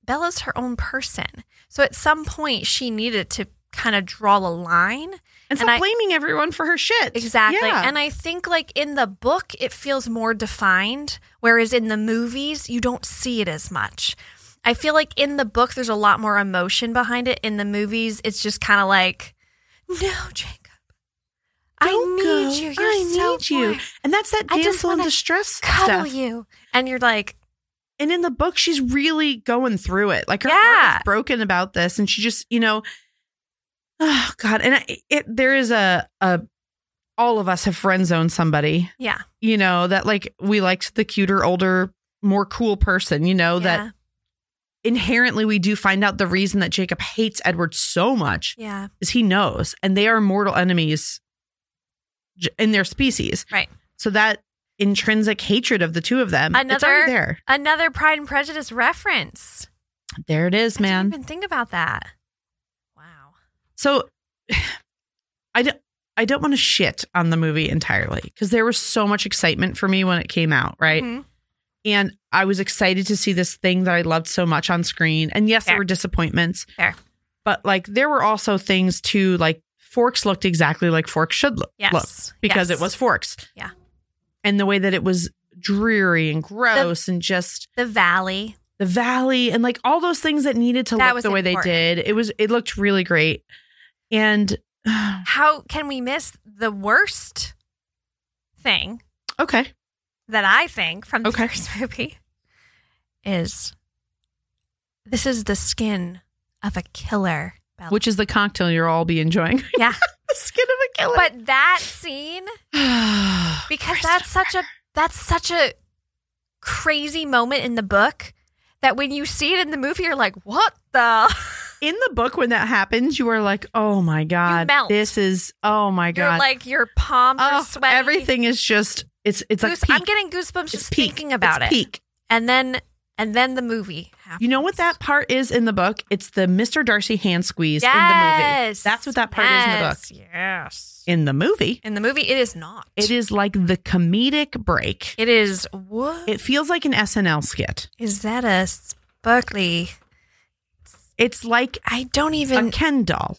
Bella's her own person. So at some point she needed to kind of draw a line. And And stop I- blaming everyone for her shit. Exactly. Yeah. And I think like in the book it feels more defined, whereas in the movies you don't see it as much. I feel like in the book there's a lot more emotion behind it. In the movies it's just kind of like, no, Jacob, Don't I go. need you. You're I so need you. boring. And that's that I just damsel in wanna distress Cuddle stuff. you, and you're like, And in the book, she's really going through it. Like her Yeah. heart is broken about this, and she just, you know, oh god. And I, it, there is a a all of us have friend zoned somebody, Yeah. you know, that like we liked the cuter, older, more cool person, you know, yeah, Oh, that inherently we do find out the reason that Jacob hates Edward so much yeah. is he knows, and they are mortal enemies j- in their species, Right. So that intrinsic hatred of the two of them, Mm, it's Another- already there. Another Pride and Prejudice reference. There it is, I man. didn't even think about that. Wow. So I don't I don't want to shit on the movie entirely because there was so much excitement for me when it came out, right? Mhm. And I was excited to see this thing that I loved so much on screen. And yes, Fair. there were disappointments. Fair. But like there were also things too, like Forks looked exactly like Forks should look, Yes. look because Yes. it was Forks. Yeah. And the way that it was dreary and gross and just The Valley. the valley and like all those things that needed to That was look the way important. they did. It was it looked really great. And How can we miss the worst thing okay. that I think from the Okay. first movie is this is the skin of a killer. Bella. Which is the cocktail you'll all be enjoying. Yeah. the skin of a killer. but that scene because that's such a that's such a crazy moment in the book that when you see it in the movie you're like what the in the book when that happens, you are like, oh my God. melt. This is oh my God. you're like your palms are oh, sweaty everything is just it's it's Goose- like peak. I'm getting goosebumps it's just peak. thinking about It's it Peak. and then and then the movie happens. You know what that part is in the book? It's the Mr. Darcy hand squeeze in the movie. yes That's what that part is in the book. is in the book yes In the movie, in the movie it is not it is like the comedic break. it is what It feels like an SNL skit. is that a Berkeley It's like I don't even a Ken doll.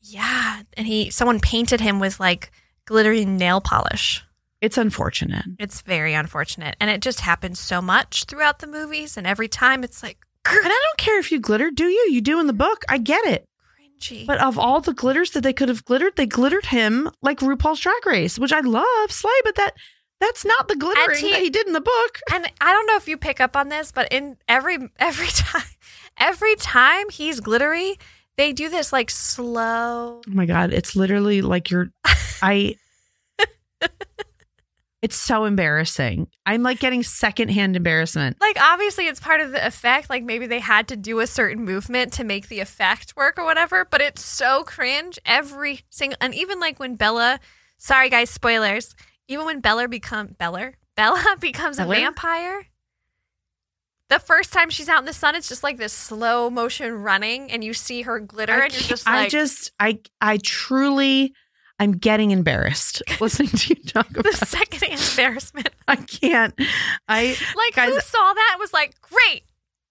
Yeah, and he someone painted him with like glittery nail polish. It's unfortunate. It's very unfortunate, and it just happens so much throughout the movies, and every time it's like And I don't care if you glitter, do you? You do in the book. I get it. cringy. But of all the glitters that they could have glittered, they glittered him like RuPaul's Drag Race, which I love, slay. But that that's not the glittering And he- that he did in the book. and I don't know if you pick up on this, but in every every time every time he's glittery, they do this like slow. Oh my god, it's literally like you're. I. It's so embarrassing. I'm like getting secondhand embarrassment. Like obviously it's part of the effect. Like maybe they had to do a certain movement to make the effect work or whatever. But it's so cringe every single. And even like when Bella, sorry guys, spoilers. Even when Bella become Bella, Bella becomes Bella? a vampire. The first time she's out in the sun, it's just like this slow motion running, and you see her glitter, I, and you're just can't- I like, just, I, I truly, I'm getting embarrassed listening to you talk about. the second embarrassment. I can't. I Like Guys, who saw that was like, great.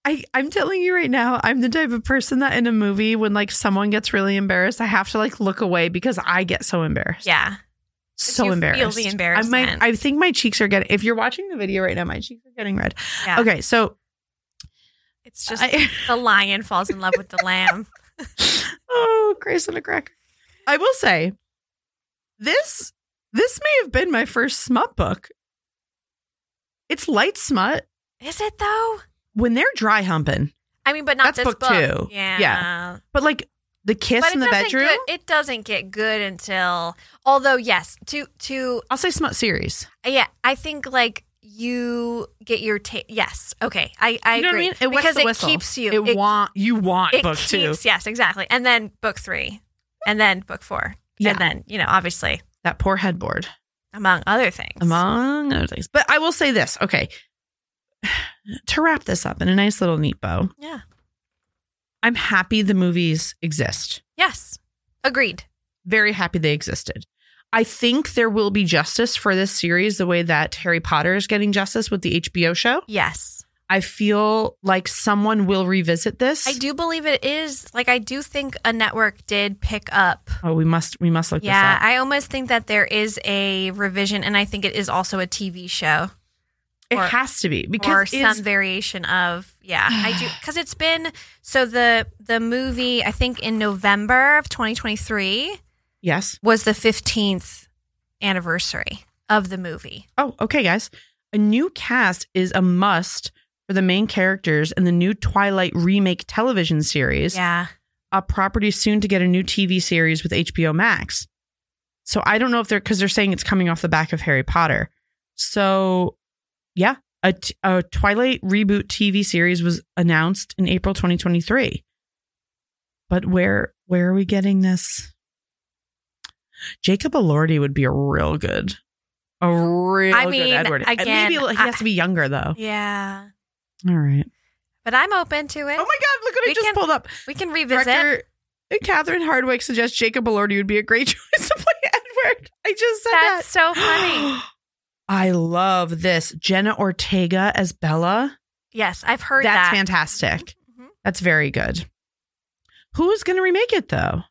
I, I'm telling you right now, I'm the type of person that in a movie, when like someone gets really embarrassed, I have to like look away because I get so embarrassed. Yeah, so you feel the embarrassed. I, might, embarrassment. I think my cheeks are getting. If you're watching the video right now, my cheeks are getting red. yeah. Okay, so It's just I, the lion falls in love with the lamb. oh, Grace and a cracker. I will say, this this may have been my first smut book. It's light smut Is it though? when they're dry humping, I mean, but not That's this book book, two. Yeah, but like the kiss But in it the doesn't bedroom. Get, it doesn't get good until. Although, yes, to to I'll say smut series. yeah, I think like you get your ta- yes. Okay, I I you know agree what I mean? It whets because the it whistle. keeps you. It, want you want it book keeps, two. Yes, exactly. And then book three, and then book four, Yeah. and then you know, obviously, That poor headboard, among other things. among other things. But I will say this, okay. to wrap this up in a nice little neat bow, yeah. I'm happy the movies exist. Yes. Agreed. Very happy they existed. I think there will be justice for this series the way that Harry Potter is getting justice with the HBO show. Yes. I feel like someone will revisit this. I do believe it is like I do think a network did pick up Oh, we must we must look Yeah, this up. I almost think that there is a revision, and I think it is also a TV show or- it has to be or because some it's variation of. Yeah, I do because it's been so the the movie I think in November of 2023 yes. was the 15th anniversary of the movie. Oh, okay, guys. A new cast is a must for the main characters in the new Twilight remake television series, Yeah. a property soon to get a new TV series with HBO Max. So I don't know if they're because they're saying it's coming off the back of Harry Potter. So yeah, a, t- a Twilight reboot TV series was announced in April 2023. But where where are we getting this? Jacob Elordi would be a real good, a real I good mean, Edward. And again, maybe he I- has to be younger though. Yeah. All right. But I'm open to it. Oh my God! Look what We I just can- pulled up. we can revisit. Director Catherine Hardwick suggests Jacob Elordi would be a great choice to play Edward. I just said That's that. so funny. I love this. Jenna Ortega as Bella. Yes, I've heard That's that. fantastic. Mhm. That's very good. Who's going to remake it though?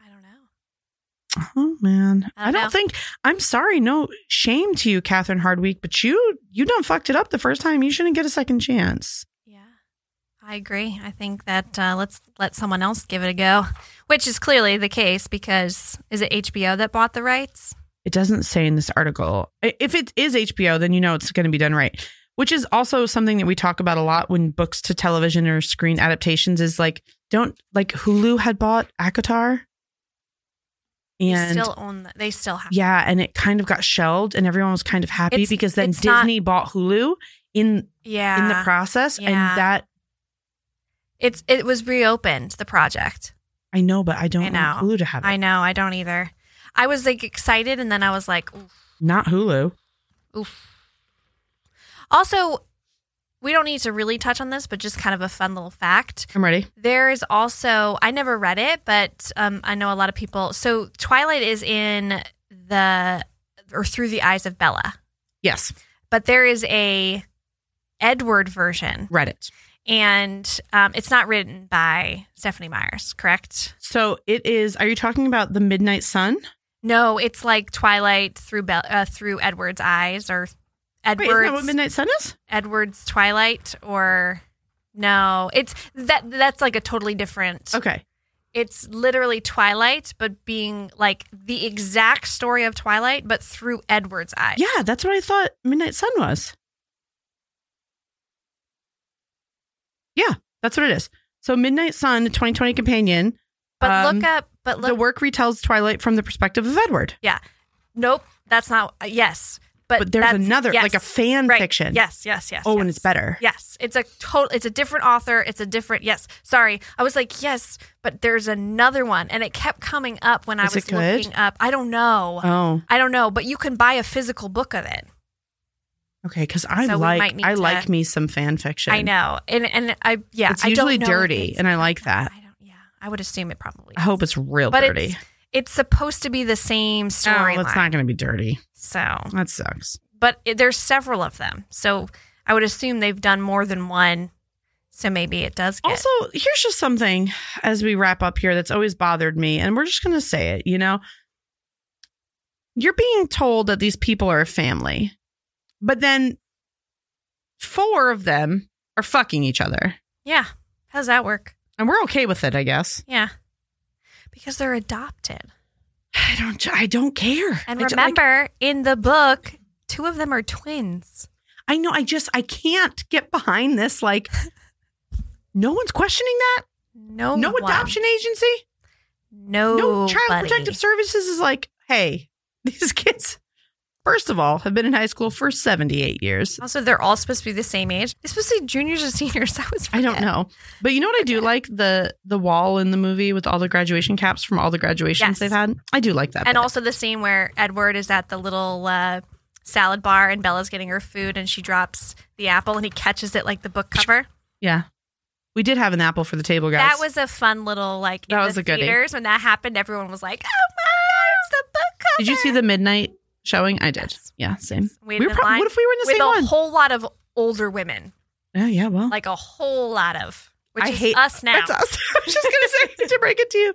I don't know. Oh man, I don't I don't know. think. I'm sorry. No shame to you, Catherine Hardwick, but you you done fucked it up the first time. You shouldn't get a second chance. Yeah. I agree. I think that uh, let's let someone else give it a go, which is clearly the case because is it HBO that bought the rights? It doesn't say in this article. I- If it is HBO, then you know it's going to be done right, which is also something that we talk about a lot when books to television or screen adaptations is like, don't like Hulu had bought ACOTAR. You And still own the, they still have. yeah, and it kind of got shelved and everyone was kind of happy It's- because then it's not- Disney bought Hulu in Yeah. in the process Yeah. and that it's it was reopened the project. I know, but I don't I know. want Hulu to have it. I know, I don't either. I was like excited and then I was like oof. Not Hulu. Also, we don't need to really touch on this, but just kind of a fun little fact. I'm ready. There is also I never read it, but um, I know a lot of people. So Twilight is in the or through the eyes of Bella, Yes, but there is a Edward version, Reddit. and um, it's not written by Stephanie Myers, correct? So it is. Are you talking about the Midnight Sun? No, it's like Twilight through Bel uh, through Edward's eyes or Wait, isn't Edward's that what Midnight Sun is? Edward's Twilight or no, it's that that's like a totally different. Okay. It's literally Twilight, but being like the exact story of Twilight, but through Edward's eyes. Yeah, that's what I thought Midnight Sun was. Yeah, that's what it is. So Midnight Sun, the 2020 companion. but um, look up, but look. the work retells Twilight from the perspective of Edward. yeah, nope, that's not. uh, yes, but, But there's that's- another, yes, like a fan right, fiction. Yes, yes, yes. Oh, and yes. it's better. Yes, it's a total. It's a different author. It's a different. Yes, sorry, I was like yes, but there's another one, and it kept coming up when I Is it was good? looking up. I don't know. Oh, I don't know, but you can buy a physical book of it. okay. Because I So we might like need I to- like me some fan fiction. I know, and and I yeah, It's I don't usually know if dirty, it's- and I like that. I don't. Yeah, I would assume it probably. I is. hope it's real but dirty. it's it's supposed to be the same oh, storyline. it's not going to be dirty. so, That sucks. but it, there's several of them, so I would assume they've done more than one. So maybe it does get Also, here's just something as we wrap up here that's always bothered me, and we're just going to say it, you know. You're being told that these people are a family, but then four of them are fucking each other. yeah. How does that work? And we're okay with it, I guess. Yeah, because they're adopted. I don't I don't care. And I don't- like, remember, in the book, two of them are twins. I know I just I can't get behind this like no one's questioning that. No, no one. adoption agency. No, No, Child Protective Services is like, hey, these kids, first of all, have been in high school for 78 years. Also, they're all supposed to be the same age. They're supposed to be juniors or seniors. I was. I don't know. But you know what I do like? The the wall in the movie with all the graduation caps from all the graduations Yes. they've had. I do like that. And bit. also the scene where Edward is at the little uh, salad bar and Bella's getting her food and she drops the apple and he catches it like the book cover. Yeah. We did have an apple for the table, guys. That was a fun little like. in That was the a goodie. theaters when that happened, everyone was like, "Oh my God, it's the book cover!" Did you see the midnight showing? I did. Yes. Yeah, same. Waited We were in prob- line what if we were in the with same a one? whole lot of older women, yeah, yeah, well. like a whole lot of. Which I is hate- us now. That's us. I was just gonna say to break it to you.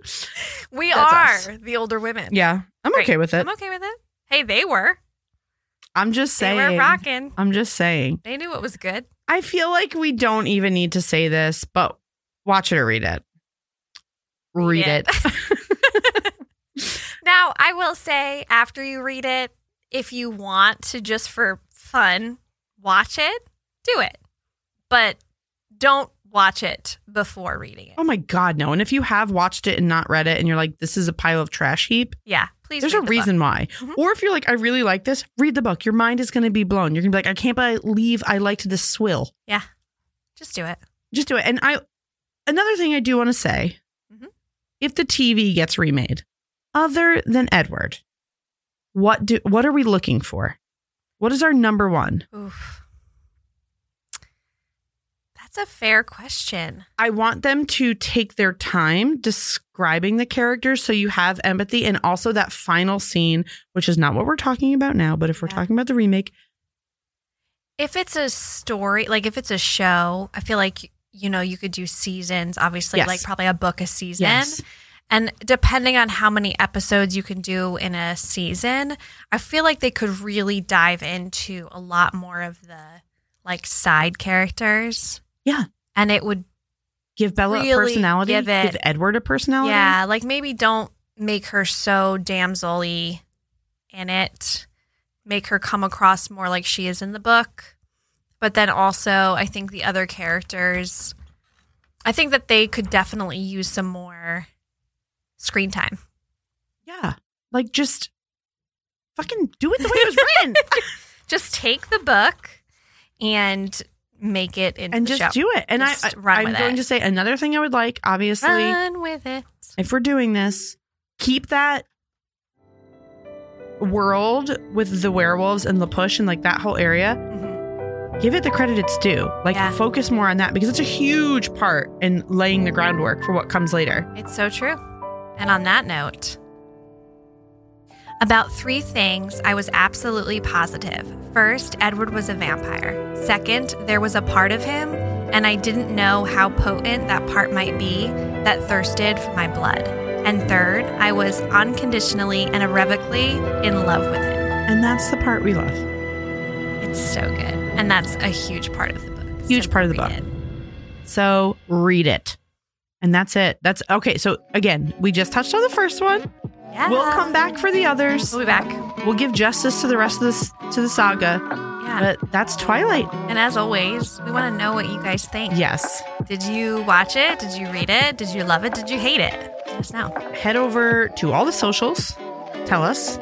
We That's are the older women. Yeah, I'm Great. okay with it. I'm okay with it. Hey, they were. I'm just saying. They were rocking. I'm just saying. They knew it was good. I feel like we don't even need to say this, but watch it or read it. Read it. now, I will say after you read it, if you want to just for fun watch it do it. But don't watch it before reading it. Oh my God, no. And if you have watched it and not read it and you're like, this is a pile of trash heap, Yeah, please. there's read a the reason book. Mm-hmm. why. Or if you're like, I really like this, read the book. Your mind is going to be blown. You're going to be like, I can't believe I liked this swill. Yeah, just do it. Just do it. And I, another thing I do want to say Mhm. if the TV gets remade, other than Edward, what do, what are we looking for? What is our number one? Oof. That's a fair question. I want them to take their time describing the characters so you have empathy and also that final scene, which is not what we're talking about now, but if we're Yeah. talking about the remake, If it's a story, like if it's a show, I feel like you know you could do seasons. Obviously, Yes. like probably a book a season. yes. And depending on how many episodes you can do in a season, I feel like they could really dive into a lot more of the like side characters. Yeah. And it would, Give Bella a Really personality, give it- Edward a personality. yeah, like maybe don't make her so damsel y in it, make her come across more like she is in the book. But then also, I think the other characters, I think that they could definitely use some more screen time. Yeah. Like just fucking do it the way it was written just take the book and make it into and the just show. do it. And I, Just I run I'm with going it. Uh-huh. to say another thing I would like, obviously, Run with it. if we're doing this, keep that world with the werewolves and the push and like that whole area Mhm. give it the credit it's due. Like Yeah. focus more on that because it's a huge part in laying the groundwork for what comes later. It's so true. And on that note, about three things I was absolutely positive. First, Edward was a vampire. Second, there was a part of him, and I didn't know how potent that part might be that thirsted for my blood. And third, I was unconditionally and irrevocably in love with him. And that's the part we love. It's so good. And that's a huge part of the book. Huge So part of the read book. So read it. And that's it. That's okay. So again, we just touched on the first one. it. Yeah. We'll come back for the others. We'll be back. We'll give justice to the rest of this to the saga. Yeah. But that's Twilight. and as always, we want to know what you guys think. Yes. Did you watch it? Did you read it? Did you love it? Did you hate it? Let us know. Head over to all the socials. Tell us.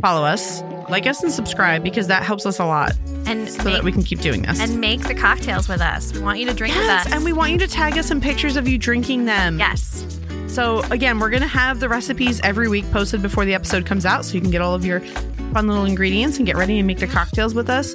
Follow us. Like us and subscribe because that helps us a lot And so make, that we can keep doing this. and make the cocktails with us. We want you to drink Yes, with us. and we want you to tag us some pictures of you drinking them. yes. So again, we're gonna have the recipes every week posted before the episode comes out, so you can get all of your fun little ingredients and get ready and make the cocktails with us.